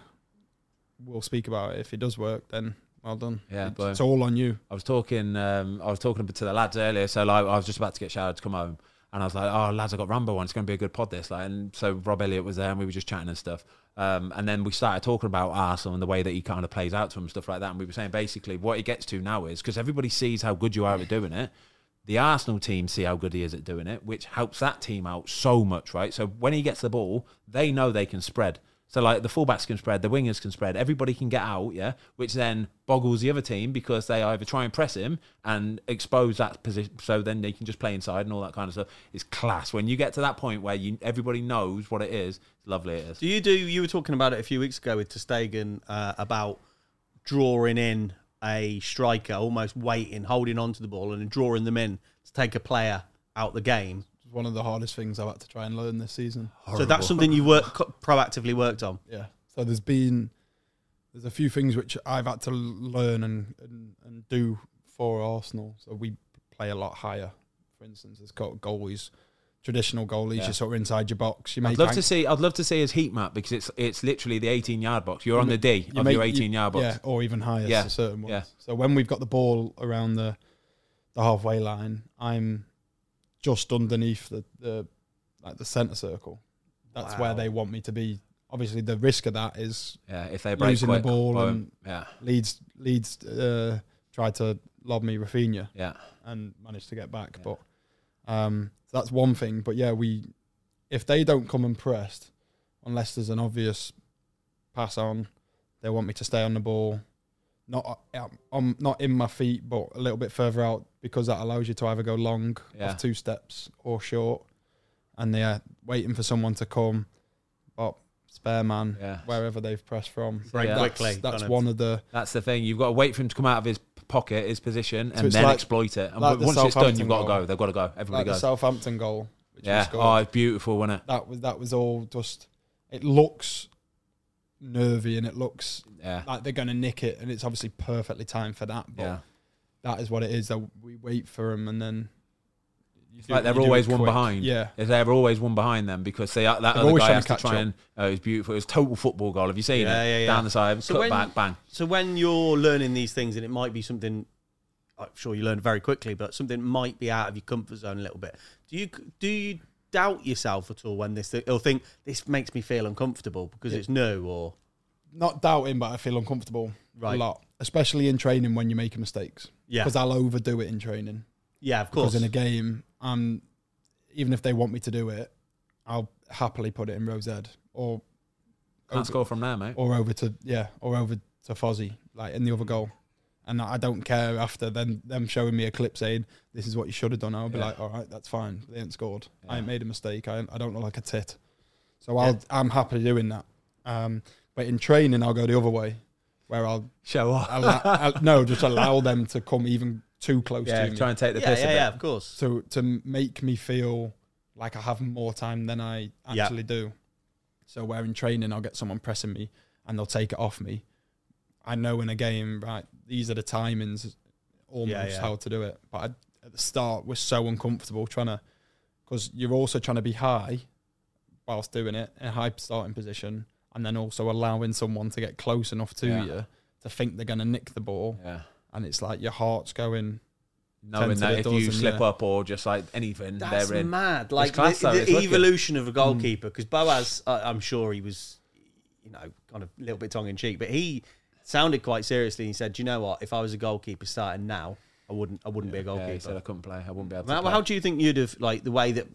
we'll speak about it. If it does work, then well done. Yeah, it's, but- it's all on you. I was talking, um, I was talking to the lads earlier. So like, I was just about to get showered to come home, and I was like, "Oh, lads, I got Rambo on. It's going to be a good pod this." Like, and so Rob Elliott was there, and we were just chatting and stuff. Um, and then we started talking about Arsenal and the way that he kind of plays out to him, stuff like that. And we were saying basically what he gets to now is because everybody sees how good you are at doing it. The Arsenal team see how good he is at doing it, which helps that team out so much, right? So when he gets the ball, they know they can spread. So like the fullbacks can spread, the wingers can spread, everybody can get out, yeah, which then boggles the other team because they either try and press him and expose that position, so then they can just play inside and all that kind of stuff. It's class when you get to that point where you everybody knows what it is. It's lovely, it is. Do you do? You were talking about it a few weeks ago with Testegen uh, about drawing in a striker, almost waiting, holding on to the ball, and then drawing them in to take a player out the game. It's one of the hardest things I've had to try and learn this season. So that's something you work co- proactively worked on. Yeah. So there's been there's a few things which I've had to l- learn and and, and do for Arsenal. So we play a lot higher. For instance, it's got goalies, traditional goalies. Yeah. You're sort of inside your box. You I'd make love ang- to see. I'd love to see his heat map because it's it's literally the 18 yard box. You're on the D you of make- your you- 18 yard box. Yeah, or even higher Yeah, for certain ones. yeah. So when we've got the ball around the the halfway line, I'm just underneath the, the like the centre circle. That's where Wow. they want me to be. Obviously the risk of that is Yeah, if they break Losing the quick, ball boom. and- yeah, Leeds Leeds uh, tried to lob me Rafinha yeah, and managed to get back. Yeah. But um, so that's one thing. But yeah, we if they don't come and press, unless there's an obvious pass on, they want me to stay on the ball, not um, on, not in my feet, but a little bit further out because that allows you to either go long Yeah. off two steps or short. And they're waiting for someone to come, but spare man, Yeah. wherever they've pressed from. Very Yeah. That's, quickly, that's kind of. one of the That's the thing. You've got to wait for him to come out of his p- pocket, his position, and it's then like- exploit it. And like w- the once it's done, Southampton you've got to goal. go. They've got to go. Everybody like the goes. Southampton goal. Which we yeah. scored. Oh, it's beautiful, wasn't it? that was that was all just it looks nervy and it looks Yeah. like they're going to nick it and it's obviously perfectly timed for that but Yeah. that is what it is that we wait for them and then It's like they're always one behind. yeah Is they're always one behind them because they are- that They're other always guy trying has to to catch try up. and oh, it's beautiful. It was total football goal. Have you seen Yeah, it? yeah, yeah. Down the side, So cut when- back, bang. So when you're learning these things, and it might be something, I'm sure you learn very quickly, but something might be out of your comfort zone a little bit. Do you do you doubt yourself at all when this or think this makes me feel uncomfortable because it's new or not doubting but I feel uncomfortable Right. a lot especially in training when you're making mistakes yeah because I'll overdo it in training yeah of course because in a game I'm even if they want me to do it I'll happily put it in Rose Ed or Can't over- score from there, mate. or over to yeah, or over to Fozzie, like in the other goal. And I don't care after then them showing me a clip saying this is what you should have done. I'll be Yeah. like, all right, that's fine. They ain't scored. I Yeah. ain't made a mistake. I, I don't look like a tit. So I'll I'm happily doing that. Um, but in training, I'll go the other way, where I'll, Show off. allow, I'll no just allow them to come even too close Yeah, to me try and take the yeah piss a yeah, bit. yeah of course to to make me feel like I have more time than I Yeah. actually do. So where in training I'll get someone pressing me and they'll take it off me. I know in a game, right, these are the timings almost yeah. how to do it. But I, at the start we're so uncomfortable trying to because you're also trying to be high whilst doing it in a high starting position and then also allowing someone to get close enough to Yeah. you to think they're gonna nick the ball Yeah. and it's like your heart's going Knowing to that the if dozen, you slip yeah. up or just like anything, That's they're in. mad. Like class, the, though. the It's wicked. Hmm. evolution of a goalkeeper, because Boaz, I, I'm sure he was, you know, kind of a little bit tongue in cheek, but he sounded quite seriously. And he said, "Do you know what? If I was a goalkeeper starting now, I wouldn't. I wouldn't be a Yeah, he said I goalkeeper." couldn't play. I wouldn't be able to. how, play. how do you think you'd have like the way that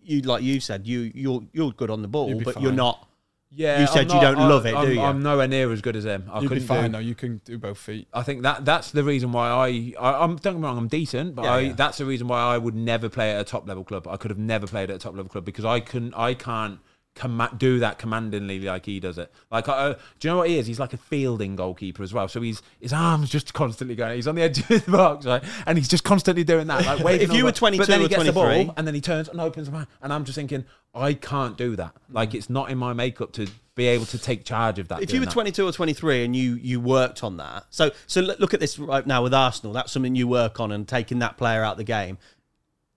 you like you said you you're you're good on the ball, You'd be but you're fine. not. yeah, you said you don't I'm- love it, do I'm- you? I'm nowhere near as good as him. I You'd be couldn't fine do. though, you can do both feet. I think that that's the reason why I, I I'm don't get me wrong, I'm decent, but Yeah, I, yeah. that's the reason why I would never play at a top level club. I could have never played at a top level club because I couldn't, I can't comma- do that commandingly like he does it. Like, I, uh, do you know what he is? He's like a fielding goalkeeper as well. So he's his arms just constantly going. He's on the edge of the box, right? And he's just constantly doing that. Like, waving If you over. were 22 but then he or gets the ball 23. and then he turns and opens, my- and I'm just thinking, I can't do that. Like, it's not in my makeup to be able to take charge of that. Mm. If you doing were that. 22 or 23 and you you worked on that, so so look look at this right now with Arsenal. That's something you work on and taking that player out of the game.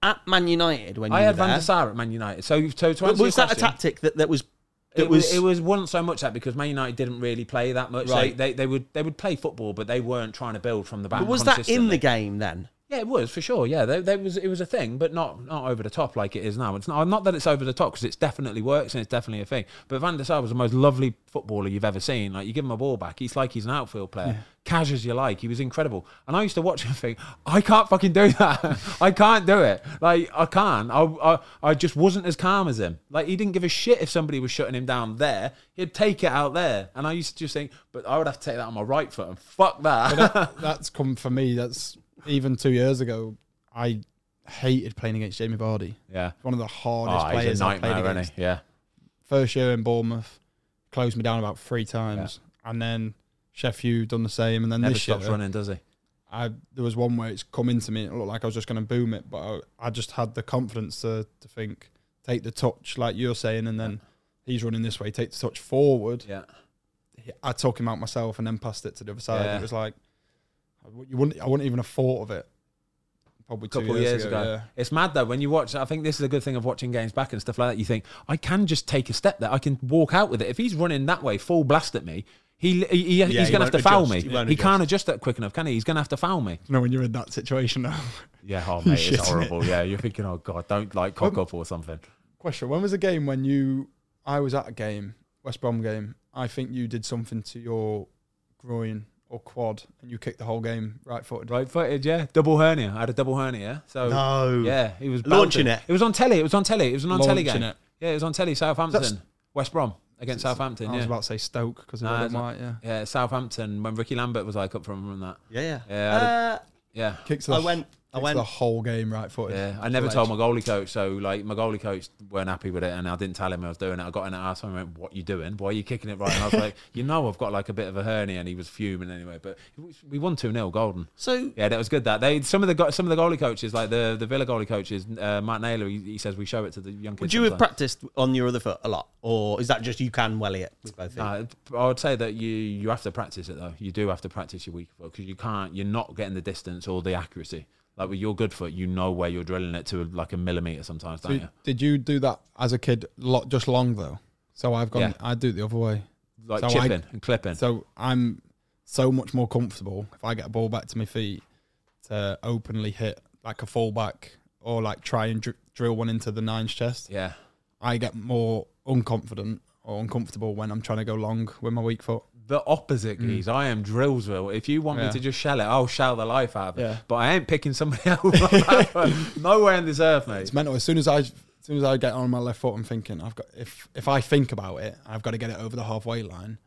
At Man United, when you I were had Van there- der Sar at Man United. So, so to But answer was your that question- a tactic that, that was that It was, was, it was wasn't so much that because Man United didn't really play that much. Right. They, they they would they would play football, but they weren't trying to build from the back. but was that in consistently. the game then? Yeah, it was for sure. Yeah, there, there was it was a thing, but not not over the top like it is now. It's not not that it's over the top because it's definitely works and it's definitely a thing. But Van der Sar was the most lovely footballer you've ever seen. Like you give him a ball back, he's like he's an outfield player, cash as you like. He was incredible, and I used to watch him and think, I can't fucking do that. I can't do it. Like I can't. I, I I just wasn't as calm as him. Like he didn't give a shit if somebody was shutting him down there. He'd take it out there, and I used to just think, but I would have to take that on my right foot and fuck that. that's come for me. That's even two years ago. I hated playing against Jamie Vardy. yeah. One of the hardest Oh, players he's a I've nightmare, played isn't against. he? Yeah. First year in Bournemouth, closed me down about three times, and then Sheffield done the same, and then Never this year stops running, does he? I there was one where it's come into me. and It looked like I was just going to boom it, but I, I just had the confidence to to think, take the touch like you're saying, and then he's running this way, take the touch forward. Yeah. I took him out myself and then passed it to the other side. Yeah. It was like I wou- you wouldn't. I wouldn't even have thought of it. Probably A couple two of years, years ago. Yeah. It's mad though when you watch. I think this is a good thing of watching games back and stuff like that. You think I can just take a step there. I can walk out with it. If he's running that way, full blast at me, he, he, he- he's going he to have won't to foul adjust. He me. won't He, can't adjust that quick enough, can he? He's going to have to foul me. You know when you're in that situation now. Yeah, oh mate, Shit, it's innit? horrible. Yeah, you're thinking, oh god, don't like cock up or something. Question: When was the game when you? I was at a game, West Brom game. I think you did something to your groin or quad, and you kicked the whole game right footed. Right footed, yeah. Double hernia. I had a double hernia. So No. yeah, he was Launching belting. it. It was on telly. It was on telly. It was an on telly Launching game. it. Yeah, it was on telly. Southampton, West Brom. against Southampton. I yeah. Ah, was about to say Stoke because of Nah, Robert it's not- White, yeah. yeah, Southampton when Ricky Lambert was like up from from that. Yeah, Yeah, I yeah. Yeah, Kicks Uh, the, I went. I kicks went. the whole game right footed. yeah. I never told my goalie coach, so like my goalie coach weren't happy with it, and I didn't tell him I was doing it. I got in at half time and went, "What you doing? Why are you kicking it right?" And I was like, "You know, I've got like a bit of a hernia," and he was fuming anyway. But we won two 0 golden. So Yeah, that was good. That they some of the go- some of the goalie coaches, like the the Villa goalie coaches, uh, Matt Naylor, he, he says we show it to the young kids. would you have sometimes. practiced on your other foot a lot, or is that just you can welly it with both feet? Nah, I would say that you you have to practice it though. You do have to practice your weak foot because you can't. You're not getting the distance or the accuracy. Like with your good foot, you know where you're drilling it to like a millimeter sometimes, So don't you? Did you do that as a kid? Lot just long though. So I've gone. Yeah. I do it the other way. Like so I- chipping and clipping. So I'm so much more comfortable if I get a ball back to my feet to openly hit like a fullback or like try and dr- drill one into the nine's chest. yeah, I get more unconfident or uncomfortable when I'm trying to go long with my weak foot. the opposite, geez. I am Drillsville. If you want Yeah. me to just shell it, I'll shell the life out of it. Yeah. But I ain't picking somebody else. on that one. Nowhere in this earth, mate. It's mental. As soon as I, as soon as I get on my left foot, I'm thinking I've got if if I think about it, I've got to get it over the halfway line.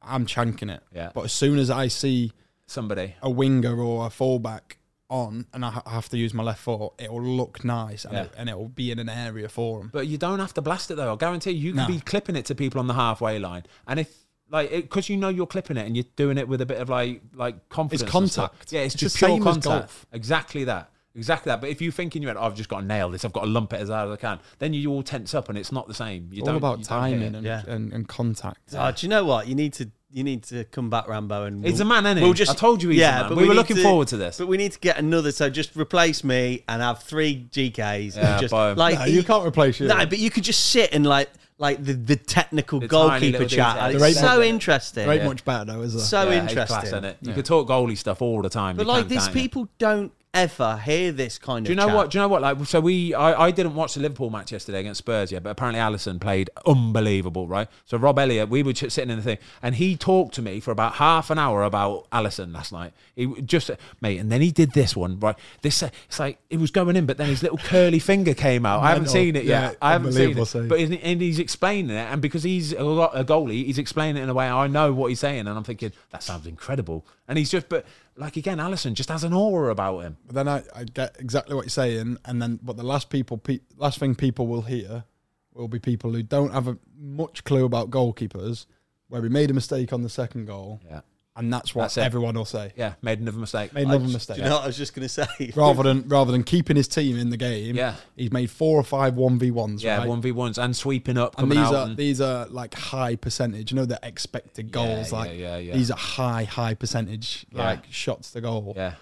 I'm chanking it. Yeah. But as soon as I see Somebody. a winger or a fullback on, and I ha- have to use my left foot, it will look nice and, Yeah. it, and it will be in an area for them. But you don't have to blast it though. I guarantee you, you No. can be clipping it to people on the halfway line, and if like because you know you're clipping it and you're doing it with a bit of like like confidence. and stuff. contact. Yeah, it's, It's just the pure same as contact. golf. Exactly that. Exactly that. But if you think in your head, "Oh, I've just got to nail this, I've got to lump it as hard as I can, then you all tense up and it's not the same. You It's all don't, about you don't hit timing it. and, Yeah. and, and contact. Oh, do you know what? You need to. You need to come back, Rambo, and He's a man, isn't he? We'll just, I told you he's a yeah, man. but We were need looking forward to this. But we need to get another. So just replace me and have three GKs. Yeah, and just boom. like No, you he- can't replace you. No, but you could just sit and like like the, the technical The tiny goalkeeper little chat. details. and They're It's eight so months. interesting. Very much better though, is there? So Yeah, he's interesting. class, innit? You could talk goalie stuff all the time. But you like can, these can't you? people don't ever hear this kind Do you of know chat. what? Do you know what? Like, so we, I, I didn't watch the Liverpool match yesterday against Spurs, yeah, but apparently Allison played unbelievable, right? So Rob Elliott, we were ch- sitting in the thing, and he talked to me for about half an hour about Allison last night. He w- just, mate, and then he did this one, right? This, uh, it's like it was going in, but then his little curly finger came out. I haven't Mental. seen it Yeah, yet. I haven't seen unbelievable it, save. but and, and he's explaining it, and because he's a, lo- a goalie, he's explaining it in a way I know what he's saying, and I'm thinking that sounds incredible. And he's just, but like again, Allison just has an aura about him. But then I, I get exactly what you're saying, and then but the last people, pe- last thing people will hear will be people who don't have a much clue about goalkeepers, where we made a mistake on the second goal, Yeah. and that's what That's it. everyone will say. Yeah, made another mistake. Made another mistake. Do you know what I was just going to say? Rather than rather than keeping his team in the game, Yeah. he's made four or five one v ones. Yeah, right? one v ones and sweeping up, and coming these out. are and- these are like high percentage. You know the expected goals, yeah, like yeah, yeah. these are high high percentage Yeah. like shots to goal. yeah,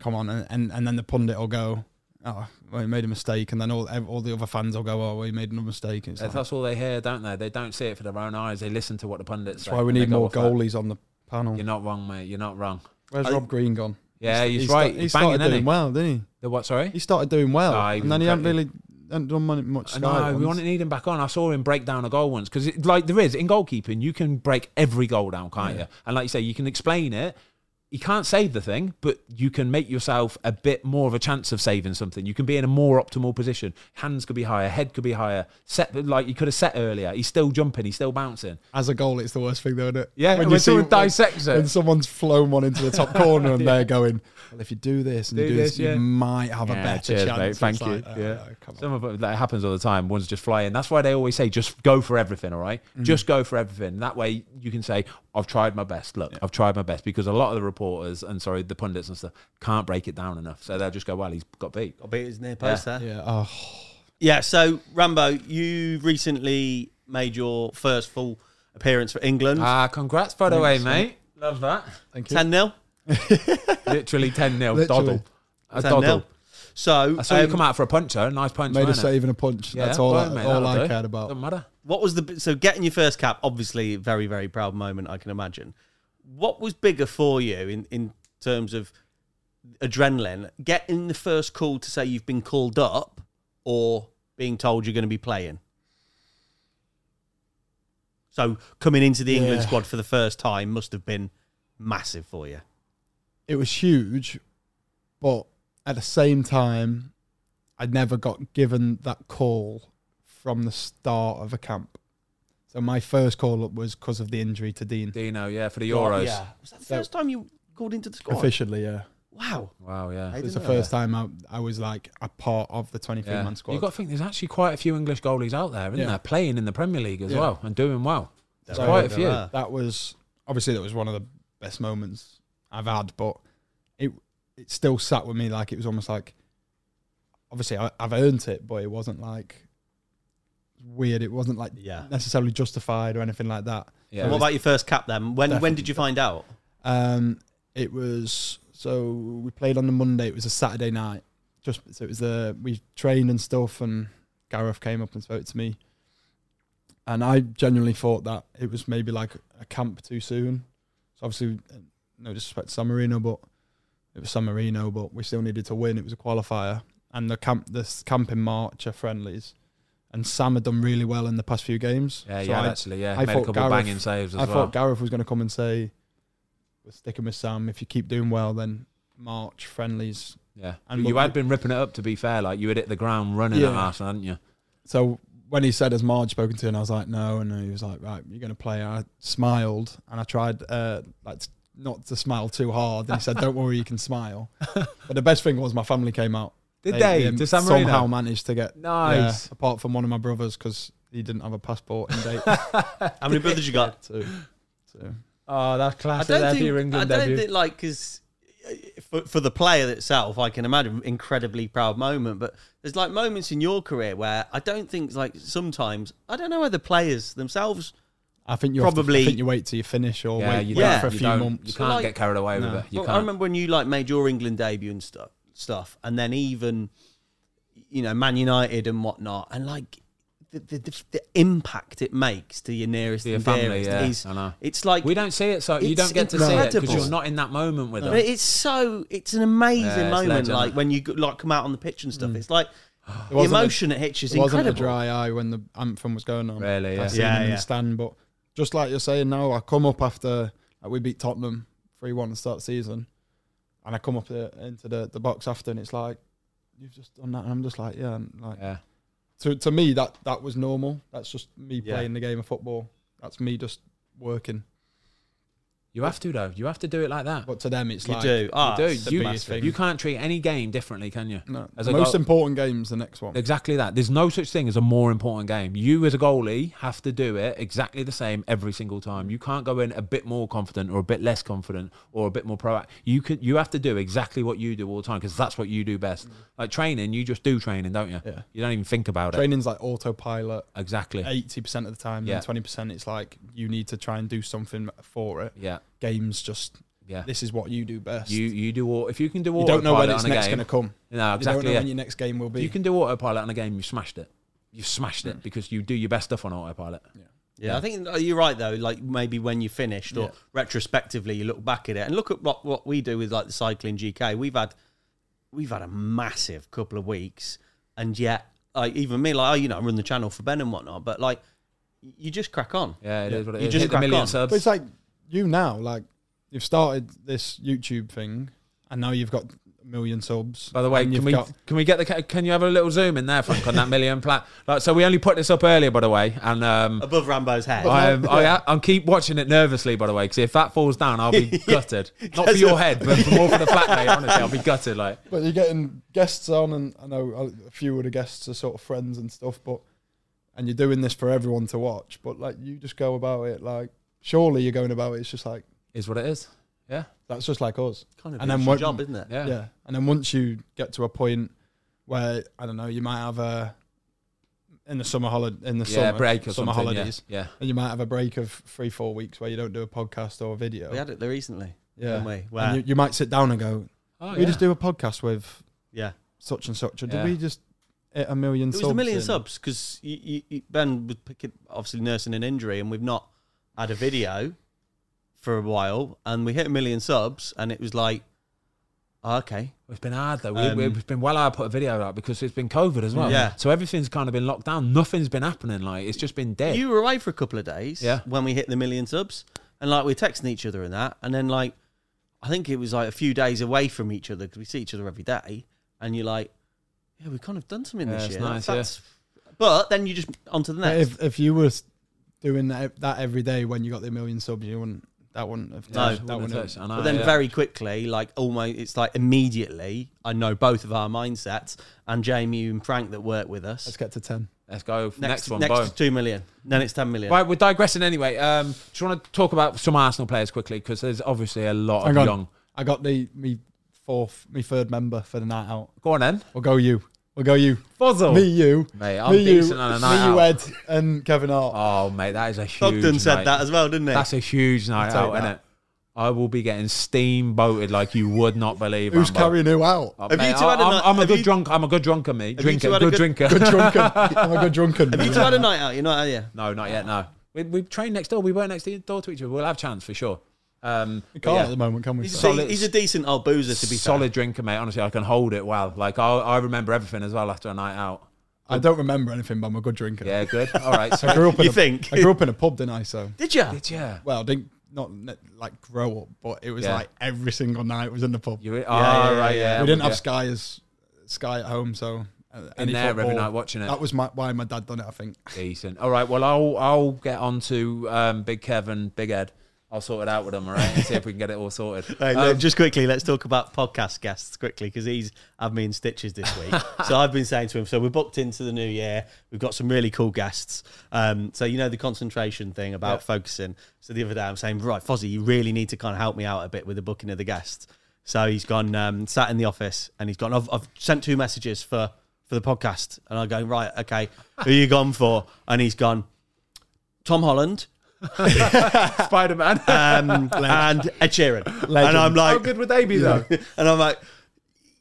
come on, and, and, and then the pundit will go, oh, well, he made a mistake, and then all ev- all the other fans will go, oh, well, he made another mistake. It's like, that's, all they hear, don't they? They don't see it for their own eyes. They listen to what the pundits. that's why we need more goalies on the panel. You're not wrong, mate. You're not wrong. Where's I- Rob Green gone? Yeah, he's, sta- right. he he's banging, started doing isn't he? well, didn't The what? he? He Sorry. started doing well, Ah, he and then he was hadn't really incredible. hadn't done mon- much. Sky No, we ones. want to need him back on. I saw him break down a goal once because, like, there is in goalkeeping, you can break every goal down, can't you? And like you say, you can explain it. You can't save the thing, but you can make yourself a bit more of a chance of saving something. You can be in a more optimal position. Hands could be higher, head could be higher. Set like you could have set earlier. He's still jumping. He's still bouncing. As a goal, it's the worst thing, though, isn't it? Yeah, when someone dissects it. When someone's flown one into the top corner and they're going, well, if you do this and Do you do this, this, yeah. you might have a Yeah, better cheers, chance. mate. It's Thank like, you. oh, Yeah. no, come on. Some of it, that happens all the time. Ones just fly in. That's why they always say, just go for everything. All right, Mm. just go for everything. That way you can say, I've tried my best. Look, I've tried my best because a lot of the reporters and sorry, the pundits and stuff can't break it down enough. So they'll just go, well, he's got beat. I'll beat his near post there. Yeah. Oh, Yeah, so Rambo, you recently made your first full appearance for England. Ah, congrats by the way, mate. Love that. thank you. 10 0. Literally ten 0 Literally. Doddle. A 10 doddle. 0. So, I saw you um, come out for a punch though. Nice punch. Made a weren't it? save and a punch. Yeah, That's all, fine, I, mate, all that'll I do. cared about. Doesn't matter. what was the. So, getting your first cap, obviously, very, very proud moment, I can imagine. What was bigger for you in, in terms of adrenaline? Getting the first call to say you've been called up or being told you're going to be playing? So, coming into the England Yeah. squad for the first time must have been massive for you. it was huge, but at the same time, I never got given that call from the start of a camp. So my first call up was because of the injury to Dean. Dino, yeah, for the Euros. Yeah. Was that the So- first time you called into the squad? Officially, yeah. Wow. Wow, yeah. I It was the didn't know first that. time I, I was like a part of the 23 yeah. man squad. You've got to think there's actually quite a few English goalies out there, isn't Yeah. there, playing in the Premier League as Yeah. well and doing well. There So- are- quite a there few. are. that was obviously that was one of the best moments I've had, but it it still sat with me like it was almost like obviously I, I've earned it, but it wasn't like weird. It wasn't like Yeah. necessarily justified or anything like that. Yeah. And what about your first cap then? When when Definitely. did you find out? Um, it was so we played on the Monday. It was a Saturday night. Just so it was the we trained and stuff, and Gareth came up and spoke to me, and I genuinely thought that it was maybe like a camp too soon. So obviously, uh, no disrespect to San Marino, but it was San Marino, but we still needed to win. It was a qualifier, and the camp this camp in March are friendlies, and Sam had done really well in the past few games. Yeah, So yeah, I- actually, yeah. I Made a thought couple Gareth- banging saves as I well. thought Gareth was going to come and say, "We're sticking with Sam. If you keep doing well, then March friendlies." yeah. and you look- had been ripping it up, to be fair. Like, you had hit the ground running at Yeah. Arsenal, hadn't you? So when he said, "Has Marge spoken to?" you?" and I was like, "No," and he was like, "Right, you're going to play." I smiled and I tried uh, like t- not to smile too hard, and he said, "Don't worry, you can smile." But the best thing was my family came out. Did they? um, to San Marino? somehow managed to get Nice. yeah, apart from one of my brothers because he didn't have a passport in date. How many brothers you got? so, so Oh, that's I classic. don't think. I don't think like because for, for the player itself, I can imagine incredibly proud moment. But there's like moments in your career where I don't think like sometimes I don't know whether players themselves. I think you Probably- probably I think you wait till you finish or yeah, wait, you wait don't- for a you few don't- months. You can't Like- get carried away No. with it. You Well, I can't. remember when you like made your England debut and stuff, stuff, and then even you know Man United and whatnot, and like the the, the, the impact it makes to your nearest To your and family, dearest yeah, is I know. it's like we don't see it, so you It's don't get to see it because incredible. you're not in that moment with them. But it's so it's an amazing Yeah, it's moment, legend. like when you go- like come out on the pitch and stuff. It's like the Mm. wasn't a- emotion it hits is It wasn't incredible. a dry eye when the anthem was going on. Really, yeah. I seen Yeah, him in yeah. the stand, but just like you're saying now, I come up after like, we beat Tottenham three one to start the season, and I come up the, into the, the box after, and it's like you've just done that, and I'm just like, yeah, and like Yeah. to to me that that was normal. That's just me Yeah. playing the game of football. That's me just working. You have to though. You have to do it like that. But to them, it's You like do, ah, you it's the do. You, biggest thing. you can't treat any game differently, can you? no, As the a most goal- important game's the next one. Exactly that. There's no such thing as a more important game. You, as a goalie, have to do it exactly the same every single time. You can't go in a bit more confident or a bit less confident or a bit more proactive. You can. You have to do exactly what you do all the time because that's what you do best. Like training, you just do training, don't you? Mm. Yeah. You don't even think about it. Training's like autopilot. Exactly. eighty percent of the time, Yeah. and twenty percent it's like you need to try and do something for it. Yeah. Games just Yeah. this is what you do best. You you do all if you can do You autopilot don't know when it's on a next game. going to come. No, you don't know exactly. Yeah. when your next game will If be. you can do autopilot on a game, you smashed it. You smashed Mm. it because you do your best stuff on autopilot. Yeah, I think oh, you're right though. Like maybe when you're finished or Yeah. retrospectively, you look back at it and look at what, what we do with like the cycling GK. We've had we've had a massive couple of weeks, and yet like even me, like I, you know, I run the channel for Ben and whatnot, but like you just crack on. Yeah, it is what it is. You just Hit the crack million on. but it's subs. like you now, like you've started this YouTube thing, and now you've got a million subs. By the way, and can you've we got- can we get the ca- can you have a little zoom in there, Frank, on that million plat? Like, so we only put this up earlier, by the way, and um, Above Rambo's head. I am I, am- I'm keep watching it nervously, by the way, because if that falls down, I'll be gutted. Not for your head, but for more for the flat mate. Honestly, I'll be gutted. Like, But you're getting guests on, and I know a few of the guests are sort of friends and stuff, but and you're doing this for everyone to watch. But like you just go about it like surely you're going about it. It's just like is what it is. Yeah, that's just like us. kind of and and then what- job, isn't it? yeah, Yeah. And then once you get to a point where I don't know, you might have a in the summer holiday in the yeah. summer break or summer something, yeah, holidays, Yeah, and you might have a break of three four weeks where you don't do a podcast or a video. We had it there recently, yeah. didn't we? Where, And you, you might sit down and go, Oh, we yeah. just do a podcast with yeah. such and such, or Yeah. did we just hit a million It was subs? a million in?" subs because you, you, you, Ben was picking, obviously nursing an injury, and we've not had a video for a while, and we hit a million subs, and it was like, oh, okay, It's been hard though. Um, we, we've been well hard put a video out because it's been COVID as well. Yeah. So everything's kind of been locked down. Nothing's been happening. Like it's just been dead. you were away for a couple of days, Yeah. when we hit the million subs, and like we we're texting each other and that, and then like, I think it was like a few days away from each other because we see each other every day, and you're like, yeah, we kind of done something Yeah, this it's year. nice, That's- But then you just onto the But next. If if you were s- doing that, that every day when you got the million subs, you wouldn't. That wouldn't have. No, that wouldn't have. I know, But then Uh, yeah. very quickly, like almost, it's like immediately, I know both of our mindsets and Jamie and Frank that work with us. Let's get to ten. Let's go. Next, one, next Bo. is two million. Then it's ten million. Right, we're digressing anyway. Um, just want to talk about some Arsenal players quickly because there's obviously a lot Hang of on. young. I got the me fourth, me third member for the night out. Go on then. We'll go you. We'll go you. Fuzzle. Me, you. Mate, Oh. I'm me, decent you, on a night me, you, out. Ed, and Kevin Hart. Oh, mate, that is a huge Ogden said night. that as well, didn't he? That's a huge night take out, that. isn't it? I will be getting steamboated like you would not believe. Who's Rambo. carrying who out? Oh, Have mate, you two had a I'm, night- I'm a have good you- drunk. I'm a good drinker, mate. Have you Drinker, two had a good good- drinker. Good drunken. I'm a good drunken. Have you two had a night out? You're not out yeah. no, not yet. No, we we trained next door. We weren't next door to each other. We'll have chance for sure. Um, We but can't yeah. at the moment, can we? He's, So- a, de- he's a decent old boozer to be fair. solid drinker, mate. Honestly, I can hold it well. Like I, I remember everything as well after a night out. I don't remember anything, but I'm a good drinker. Yeah, good. All right. I So, grew up. In You a, think? I grew up in a pub, didn't I? So Did you? did you? well, didn't not ne- like grow up, but it was Yeah. like every single night was in the pub. You? Oh, yeah, yeah, right. yeah. Yeah. we didn't yeah. have Sky as Sky at home, so uh, in any there every football- night watching it. That was my, why my dad done it. I think. Decent. All right. Well, I'll I'll get on to um, Big Kevin, Big Ed. I'll sort it out with them, all right? And see if we can get it all sorted. Hey, Um, look, just quickly, let's talk about podcast guests quickly because he's had me in stitches this week. so I've been saying to him, so we're booked into the new year. We've got some really cool guests. Um, so you know the concentration thing about focusing. So the other day I'm saying, right, Fozzie, you really need to kind of help me out a bit with the booking of the guests. So he's gone, um, sat in the office, and he's gone. I've, I've sent two messages for for the podcast, and I go, right, okay, who you gone for? And he's gone, Tom Holland. Spider Man. Um, and Ed Sheeran, and I'm like, How good would they be though? and I'm like,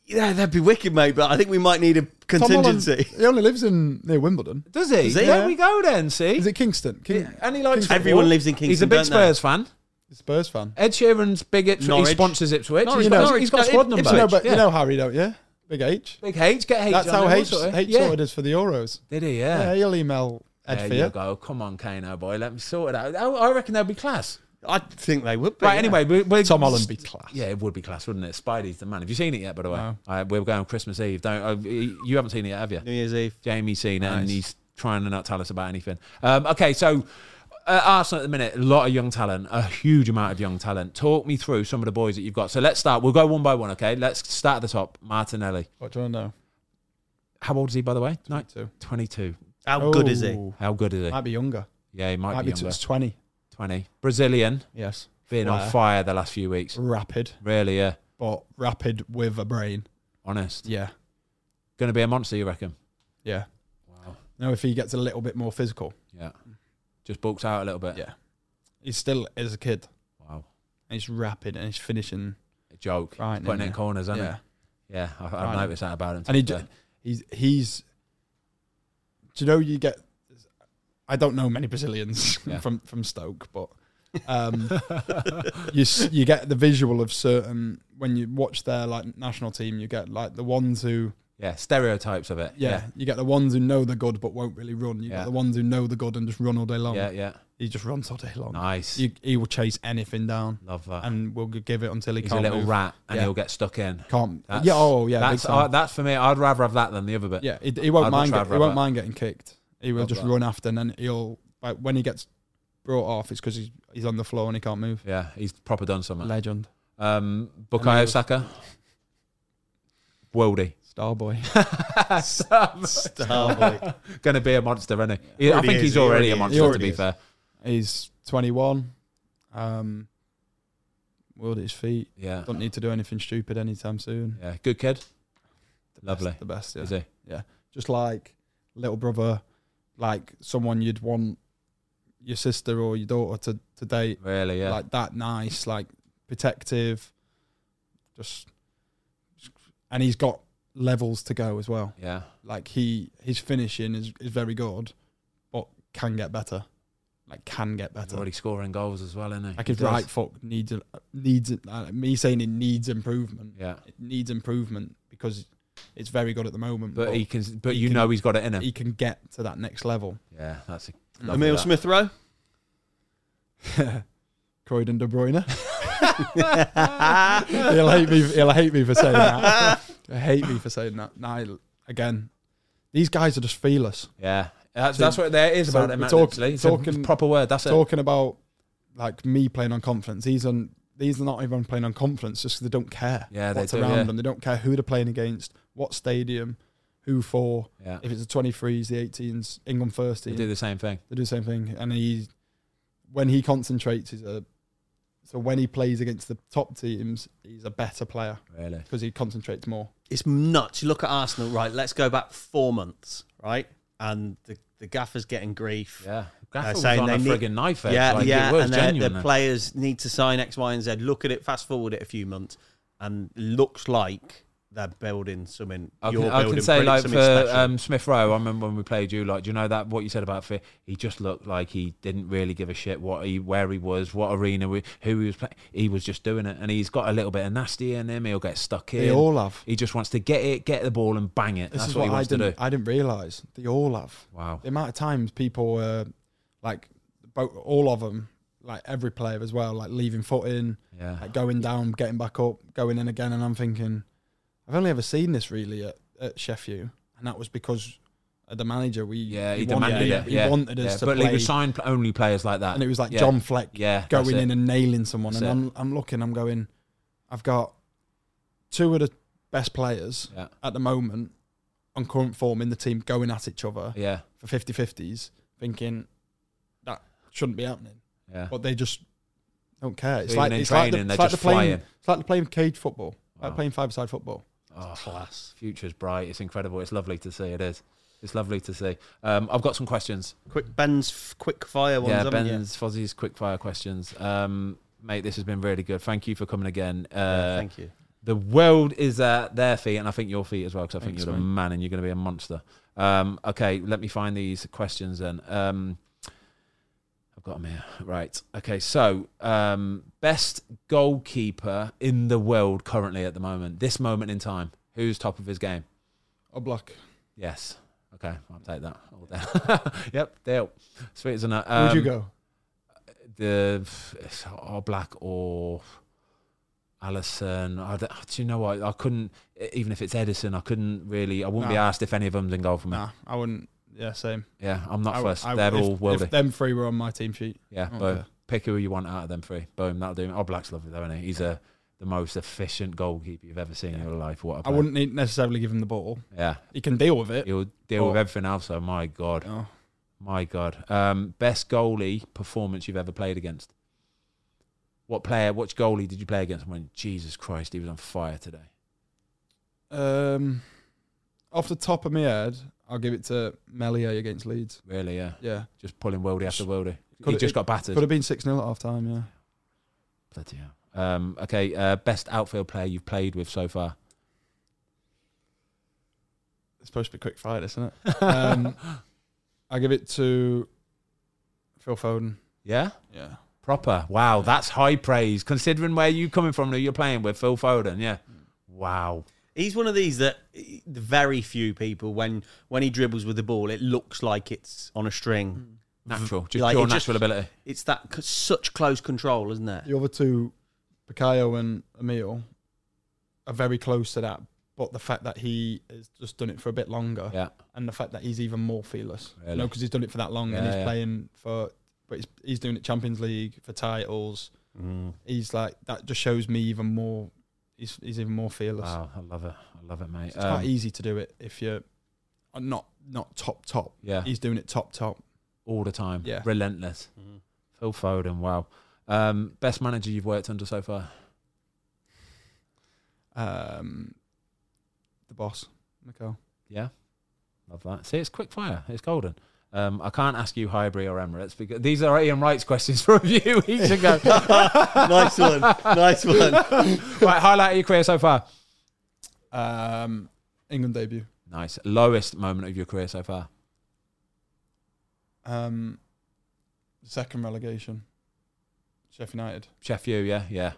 yeah, that'd be wicked, mate. But I think we might need a Tom Holland, contingency. he only lives in near Wimbledon. Does he? Does he? There Yeah. we go then. See, Is it Kingston? King, and he likes Everyone football. lives in Kingston. He's a big don't they? Spurs fan. Spurs fan. Ed Sheeran's big Ipswich. He Norwich. sponsors Ipswich. Norwich, he's got, Norwich. he's got a No, squad Ip- number. You know, but yeah. you know Harry, don't you? Big H. Big H, get H. That's on how him, H, also. H yeah. sorted us for the Euros. Did he? Yeah, Yeah. he'll email Ed There for you you. go. Come on, Kano boy. Let me sort it out. I, I reckon they'll be class. I think they would be. Right. yeah. Anyway, we we're Tom Holland be class. Yeah, it would be class, wouldn't it? Spidey's the man. Have you seen it yet? By the way, Alright, we're going Christmas Eve. Don't uh, you haven't seen it yet, have you? New Year's Eve. Jamie's seen it, and Nice. he's trying to not tell us about anything. Um, okay, so uh, Arsenal at the minute, a lot of young talent, a huge amount of young talent. Talk me through some of the boys that you've got. So let's start. We'll go one by one. Okay, let's start at the top. Martinelli. What do you want to know? How old is he, by the way? No, Two. twenty-two. How good is he? Ooh, How good is he? Might be younger. Yeah, he might, Might, be be, younger. t- 20. Twenty. Brazilian, Yes. been on Fire. fire the last few weeks. Rapid, Really, yeah. but rapid with a brain. Honest. Yeah. Going to be a monster, you reckon? Yeah. Wow. Now, if he gets a little bit more physical, Yeah. Just bulks out a little bit. Yeah. he's still as a kid. Wow. And he's rapid and he's finishing. A joke. Right, He's putting it yeah. in corners, isn't yeah. he? Yeah. I, I've Right. noticed that about him. And he, today. d- he's, he's, do you know, you get, I don't know many Brazilians Yeah. from, from Stoke, but um, you, s- you get the visual of certain, when you watch their like national team, you get like the ones who, yeah. Stereotypes of it. yeah, you get the ones who know they're good but won't really run. You Yeah. get the ones who know they're good and just run all day Yeah. long. Yeah. yeah. He just runs all day long. Nice. He, he will chase anything down Love that. and will g- give it until he He's a can't. little move. rat and Yeah. he'll get stuck in. Can't. That's- yeah. Oh, yeah. that's, big time. uh, that's for me. I'd rather have that than the other bit. yeah. He, he I'd much won't mind. Get, rather he won't have mind getting kicked. He will Love just that. run after, and then he'll like when he gets brought off, it's because he's he's on the floor and he can't move. Yeah. He's proper done something. Legend, Um, And he Bukayo was- Saka. Worldy. star boy. Oh, boy. Going to be a monster, isn't he? I Already think is, he's he already, already a is. monster, He to already be is. fair. he's 21. Um, world at his feet. Yeah. Don't need to do anything stupid anytime soon. Yeah. Good kid. The best- Lovely. the best. Yeah. Is he? just like little brother, like someone you'd want your sister or your daughter to, to date, Really? Yeah. like that nice, like protective, just, and he's got levels to go as well. yeah. Like he, his finishing is, is very good, but can get better, like can get He's better. already scoring goals as well, isn't he? like He his does. right foot needs a- needs a- uh, me saying it needs improvement. Yeah. It needs improvement because it's very good at the moment. But he can. But he you can- know he's got it in him. he can get to that next level. yeah, that's a Mm. love Emil that. Smith Rowe. Croydon De Bruyne. he'll hate me. He'll hate me for saying that. He'll hate me for saying that. No, again, these guys are just fearless. Yeah, That's, that's what there is So about it, we're Matt. talk- Lipsley. It's a talking- proper word. That's it. Talking about like me playing on confidence, these on these are not even playing on confidence just 'cause they don't care. Yeah, they what's do, around yeah. them. They don't care who they're playing against, what stadium, who for. Yeah. If it's the twenty threes, the eighteens, England first They team, do the same thing. they do the same thing. And he, when he concentrates, is a so when he plays against the top teams, he's a better player Really. because he concentrates more. it's nuts. You look at Arsenal, right? Let's go back four months, right? And the, the gaffer's getting grief. Uh, Yeah. Gaffer was saying on they a need- frigging knife edge. yeah, like, yeah. It was and their, genuine. eh? their players need to sign X, Y, and Z. Look at it, fast forward it a few months, and looks like they're building something. I can, you're I building can say pretty- like something for special. um, Smith Rowe, I remember when we played you. Like, do you know that what you said about Fi- he just looked like he didn't really give a shit what he where he was, what arena, we, who he was playing. He was just doing it, and he's got a little bit of nasty in him. He'll get stuck in. They all have. he just wants to get it, get the ball, and bang it. This That's is what, what, he I wants to didn't. do. I didn't realize they all have. Wow. the amount of times people were like both, all of them like every player as well like leaving foot in Yeah. like going down getting back up going in again and i'm thinking i've only ever seen this really at, at sheffield and that was because of the manager we Yeah, he, wanted, demanded yeah, it. he yeah. wanted us yeah. to but play he was signed pl- only players like that. and it was like yeah. john fleck yeah, that's going it. in and nailing someone That's and it. I'm, I'm looking i'm going i've got two of the best players Yeah. at the moment on current form in the team going at each other Yeah, for 50 50s thinking that shouldn't be happening, yeah. but they just don't care. It's Even like in it's like training, they're the, it's like just the playing flying. it's like the playing cage football, Wow. like playing five side football. Oh, class. future's bright. It's incredible. It's lovely to see. It is. It's lovely to see. Um, I've got some questions. Quick Ben's f- quick fire ones. yeah, haven't you? Ben's Fozzie's quick fire questions. Um, mate, this has been really good. Thank you for coming again. Uh, Yeah, thank you. the world is at their feet, and I think your feet as well, because I think Thanks, you're the mate. man and you're going to be a monster. Um, okay, let me find these questions then. Um, I've got them here. Right. Okay, so um, best goalkeeper in the world currently at the moment, this moment in time, who's top of his game? Oblak, Yes. Okay, I'll take that all day. yep, deal. Sweet as a nut. Um, where'd you go? the or Black or Allison. I don't, do you know what? I couldn't e, even if it's Edison. I couldn't really. I wouldn't be Nah. asked if any of them's in goal for me. Nah, I wouldn't. Yeah, same. Yeah, I'm not I, first. I- They're if- all worldy. If them three were on my team sheet, yeah, I don't boom. care. Pick who you want out of them three. Boom, that'll do. me. Oh, Black's lovely though, isn't he? He's a the most efficient goalkeeper you've ever seen in your life. What a I player. wouldn't need necessarily give him the ball. Yeah, He can deal with it. he'll deal with Oh. everything else. though. my god, Oh, my god. Um, best goalie performance you've ever played against. What player? Which goalie did you play against? and went, Jesus Christ, he was on fire today. Um, off the top of my head, I'll give it to Melier against Leeds. Really, yeah. Yeah, Just pulling worldie after worldie. Could he it- just got could battered. have been six 0 at half time. Yeah. Bloody hell. Um, okay, uh, best outfield player you've played with so far. It's supposed to be quick fire, isn't it? um, I give it to Phil Foden. Yeah? Yeah. Proper. Wow, that's high praise. Considering where you coming from and who you're playing with, Phil Foden, yeah. Wow. He's one of these that eh, the very few people when when he dribbles with the ball, it looks like it's on a string. Natural. Just Like, pure it just- natural ability. It's that c- such close control, isn't it? The other two, Bakayo and Emil, are very close to that. But the fact that he has just done it for a bit longer, Yeah. and the fact that he's even more fearless, you know, Really? because he's done it for that long and Yeah, he's yeah. playing for, but he's, he's doing it Champions League for titles. Mm. He's like that just shows me even more. He's he's even more fearless. Wow, I love it. I love it, mate. It's Um, quite easy to do it if you're not not top top. yeah, He's doing it top top. all the time. Yeah. Relentless. Mhm. Phil Foden, wow. Um, best manager you've worked under so far? um, the boss, Nicole. Yeah, love that. See, it's quick fire. It's golden. Um, I can't ask you Highbury or Emirates because these are Ian Wright's questions for review each ago. nice one. Nice one. right, highlight of your career so far. Um, England debut. Nice. Lowest moment of your career so far. Um, second relegation. Sheffield United. Sheffield, yeah, yeah.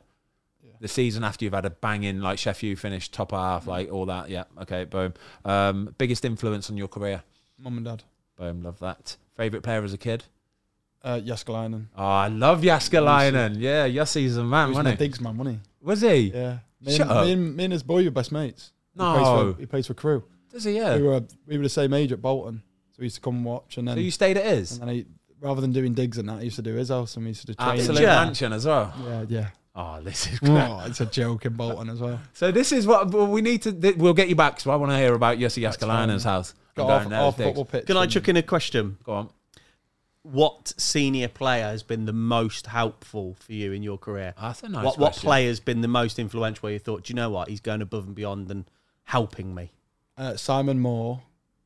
Yeah. The season after you've had a banging like Sheffield finish top half, like all that. Yeah, okay, boom. Um, biggest influence on your career. Mum and dad. Boom, love that. Favorite player as a kid. Uh, Jaskalainen. Oh, I love Jaskalainen. Yeah, Yossi's a He man, was wasn't my he? digs man, wasn't was he? he? Yeah. Me Shut and, up. Me, and, me and his boy were best mates. He plays No, for, he plays for Crew. does he? Yeah. We were we were the same age at Bolton, so we used to come and watch, and then So you stayed at his? and then I, rather than doing digs and that, I used to do his house, and we used to do training. Absolute Yeah. mansion as well. Yeah, yeah. Oh, this is Oh, it's a joke in Bolton as well. So this is what well, we need to. Th- we'll get you back. So I want to hear about Yossi Askalana's house. I'm Got going off, there, off Diggs. football pitch. Can I and- chuck in a question? Go on. What senior player has been the most helpful for you in your career? Ah, That's a nice what what question. player's been the most influential? Where you thought, do you know what? He's going above and beyond and helping me. uh, Simon Moore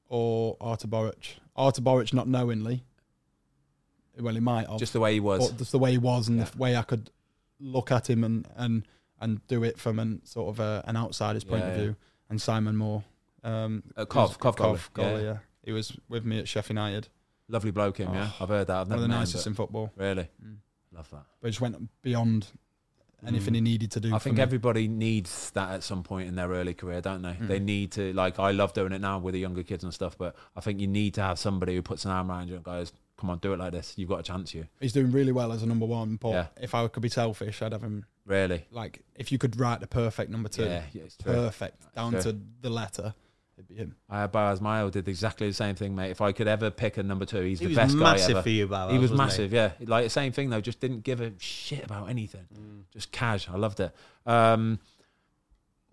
or Arta Boric? Arta Boric, not knowingly. Well, he might have. Just the way he was. but just the way he was and the way I could look at him and and and do it from an sort of a, an outsider's point Yeah, of yeah. view. And Simon Moore, um, Uh, Cov, who's- Cov goalie, goalie, yeah. yeah. he was with me at Sheffield United. Lovely bloke him. Yeah, Oh, I've heard that. I've One never of the met him, nicest but- in football, Really, Mm. love that. but just went beyond anything Mm. he needed to do. I for think me. everybody needs that at some point in their early career, don't they? They Mm. need to like. I love doing it now with the younger kids and stuff, but I think you need to have somebody who puts an arm around you and goes, "Come on, do it like this. You've got a chance. You he's doing really well as a number one. But Yeah. if I could be selfish, I'd have him really." like if you could write the perfect number two, Yeah, yeah, it's true. Uh, perfect down true. to the letter, it'd be him. I had Boaz Mayo did exactly the same thing, mate. If I could ever pick a number two, he's He the was best guy massive ever. for you, Bauer. he was massive, yeah. Like the same thing though, just didn't give a shit about anything. Mm. Just cash. I loved it. Um,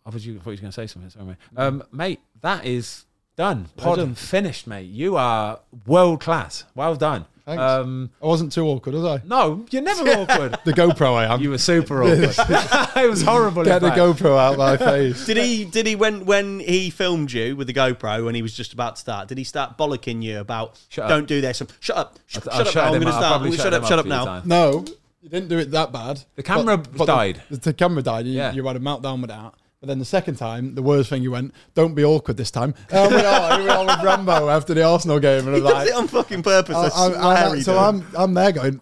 I was you thought you was going to say something. Sorry, mate. Um, mate, that is done. Pod Legend. finished, mate. You are world class. Well done. Thanks. Um, I wasn't too awkward, was I? no, you're never awkward. The GoPro, I am. You were super awkward. it was horrible. in Get the fact. GoPro out my face. Did he? Did he? When when he filmed you with the GoPro when he was just about to start, did he start bollocking you about Shut up. don't do this? and, Shut up! Sh- I- I shut up! shut now, I'm him going to up. I start. probably Shut, shut him up! a Shut up few now! times. No, you didn't do it that bad. The camera died. The, the camera died. You, Yeah. you had a meltdown with that. But then the second time, the worst thing you went, don't be awkward this time. Oh, we are. Here we are with Rambo after the Arsenal game. And He I'm does like, it on fucking purpose. I- I, I- swear I- he so does. I'm, I'm there going,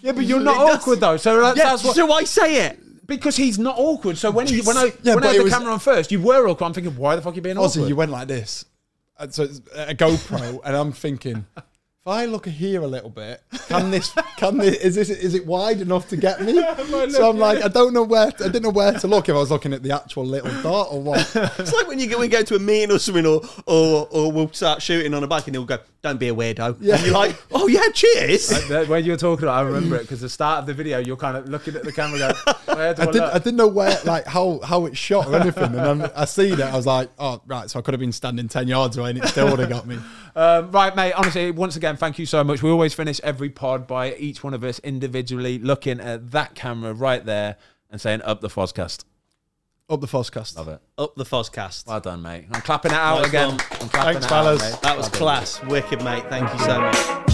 Yeah, but you're not It does. awkward though. So that- Yeah, that's what. so I say it. Because he's not awkward. So when he, when I Yeah, when I but had it the was- camera on first, you were awkward. I'm thinking, why the fuck are you being also, awkward? you went like this. And so it's a GoPro, and I'm thinking, if I look here a little bit, can this, can this, is this, is it wide enough to get me? so I'm like, I don't know where, I didn't know where to look if I was looking at the actual little dot or what. It's like when you go, we go to a meeting or something, or, or or we'll start shooting on a bike, and he'll go, "Don't be a weirdo." And you're like, "Oh yeah, cheers." That- when you were talking about, I remember it because the start of the video, you're kind of looking at the camera, going, "Where do I, I didn't, look?" I didn't know where, like, how how it shot or anything. And then I see that I was like, oh, right. So I could have been standing ten yards away, and it still would have got me. Um, right, mate. Honestly, once again, thank you so much. We always finish every pod by each one of us individually looking at that camera right there and saying, "Up the Fozcast." Up the Foscast. Love it. Up the Fozcast. Well done, mate. I'm clapping it out Nice again. one. I'm clapping Thanks, it out, fellas. mate. That was Well done. class, wicked, mate. Thank you so much.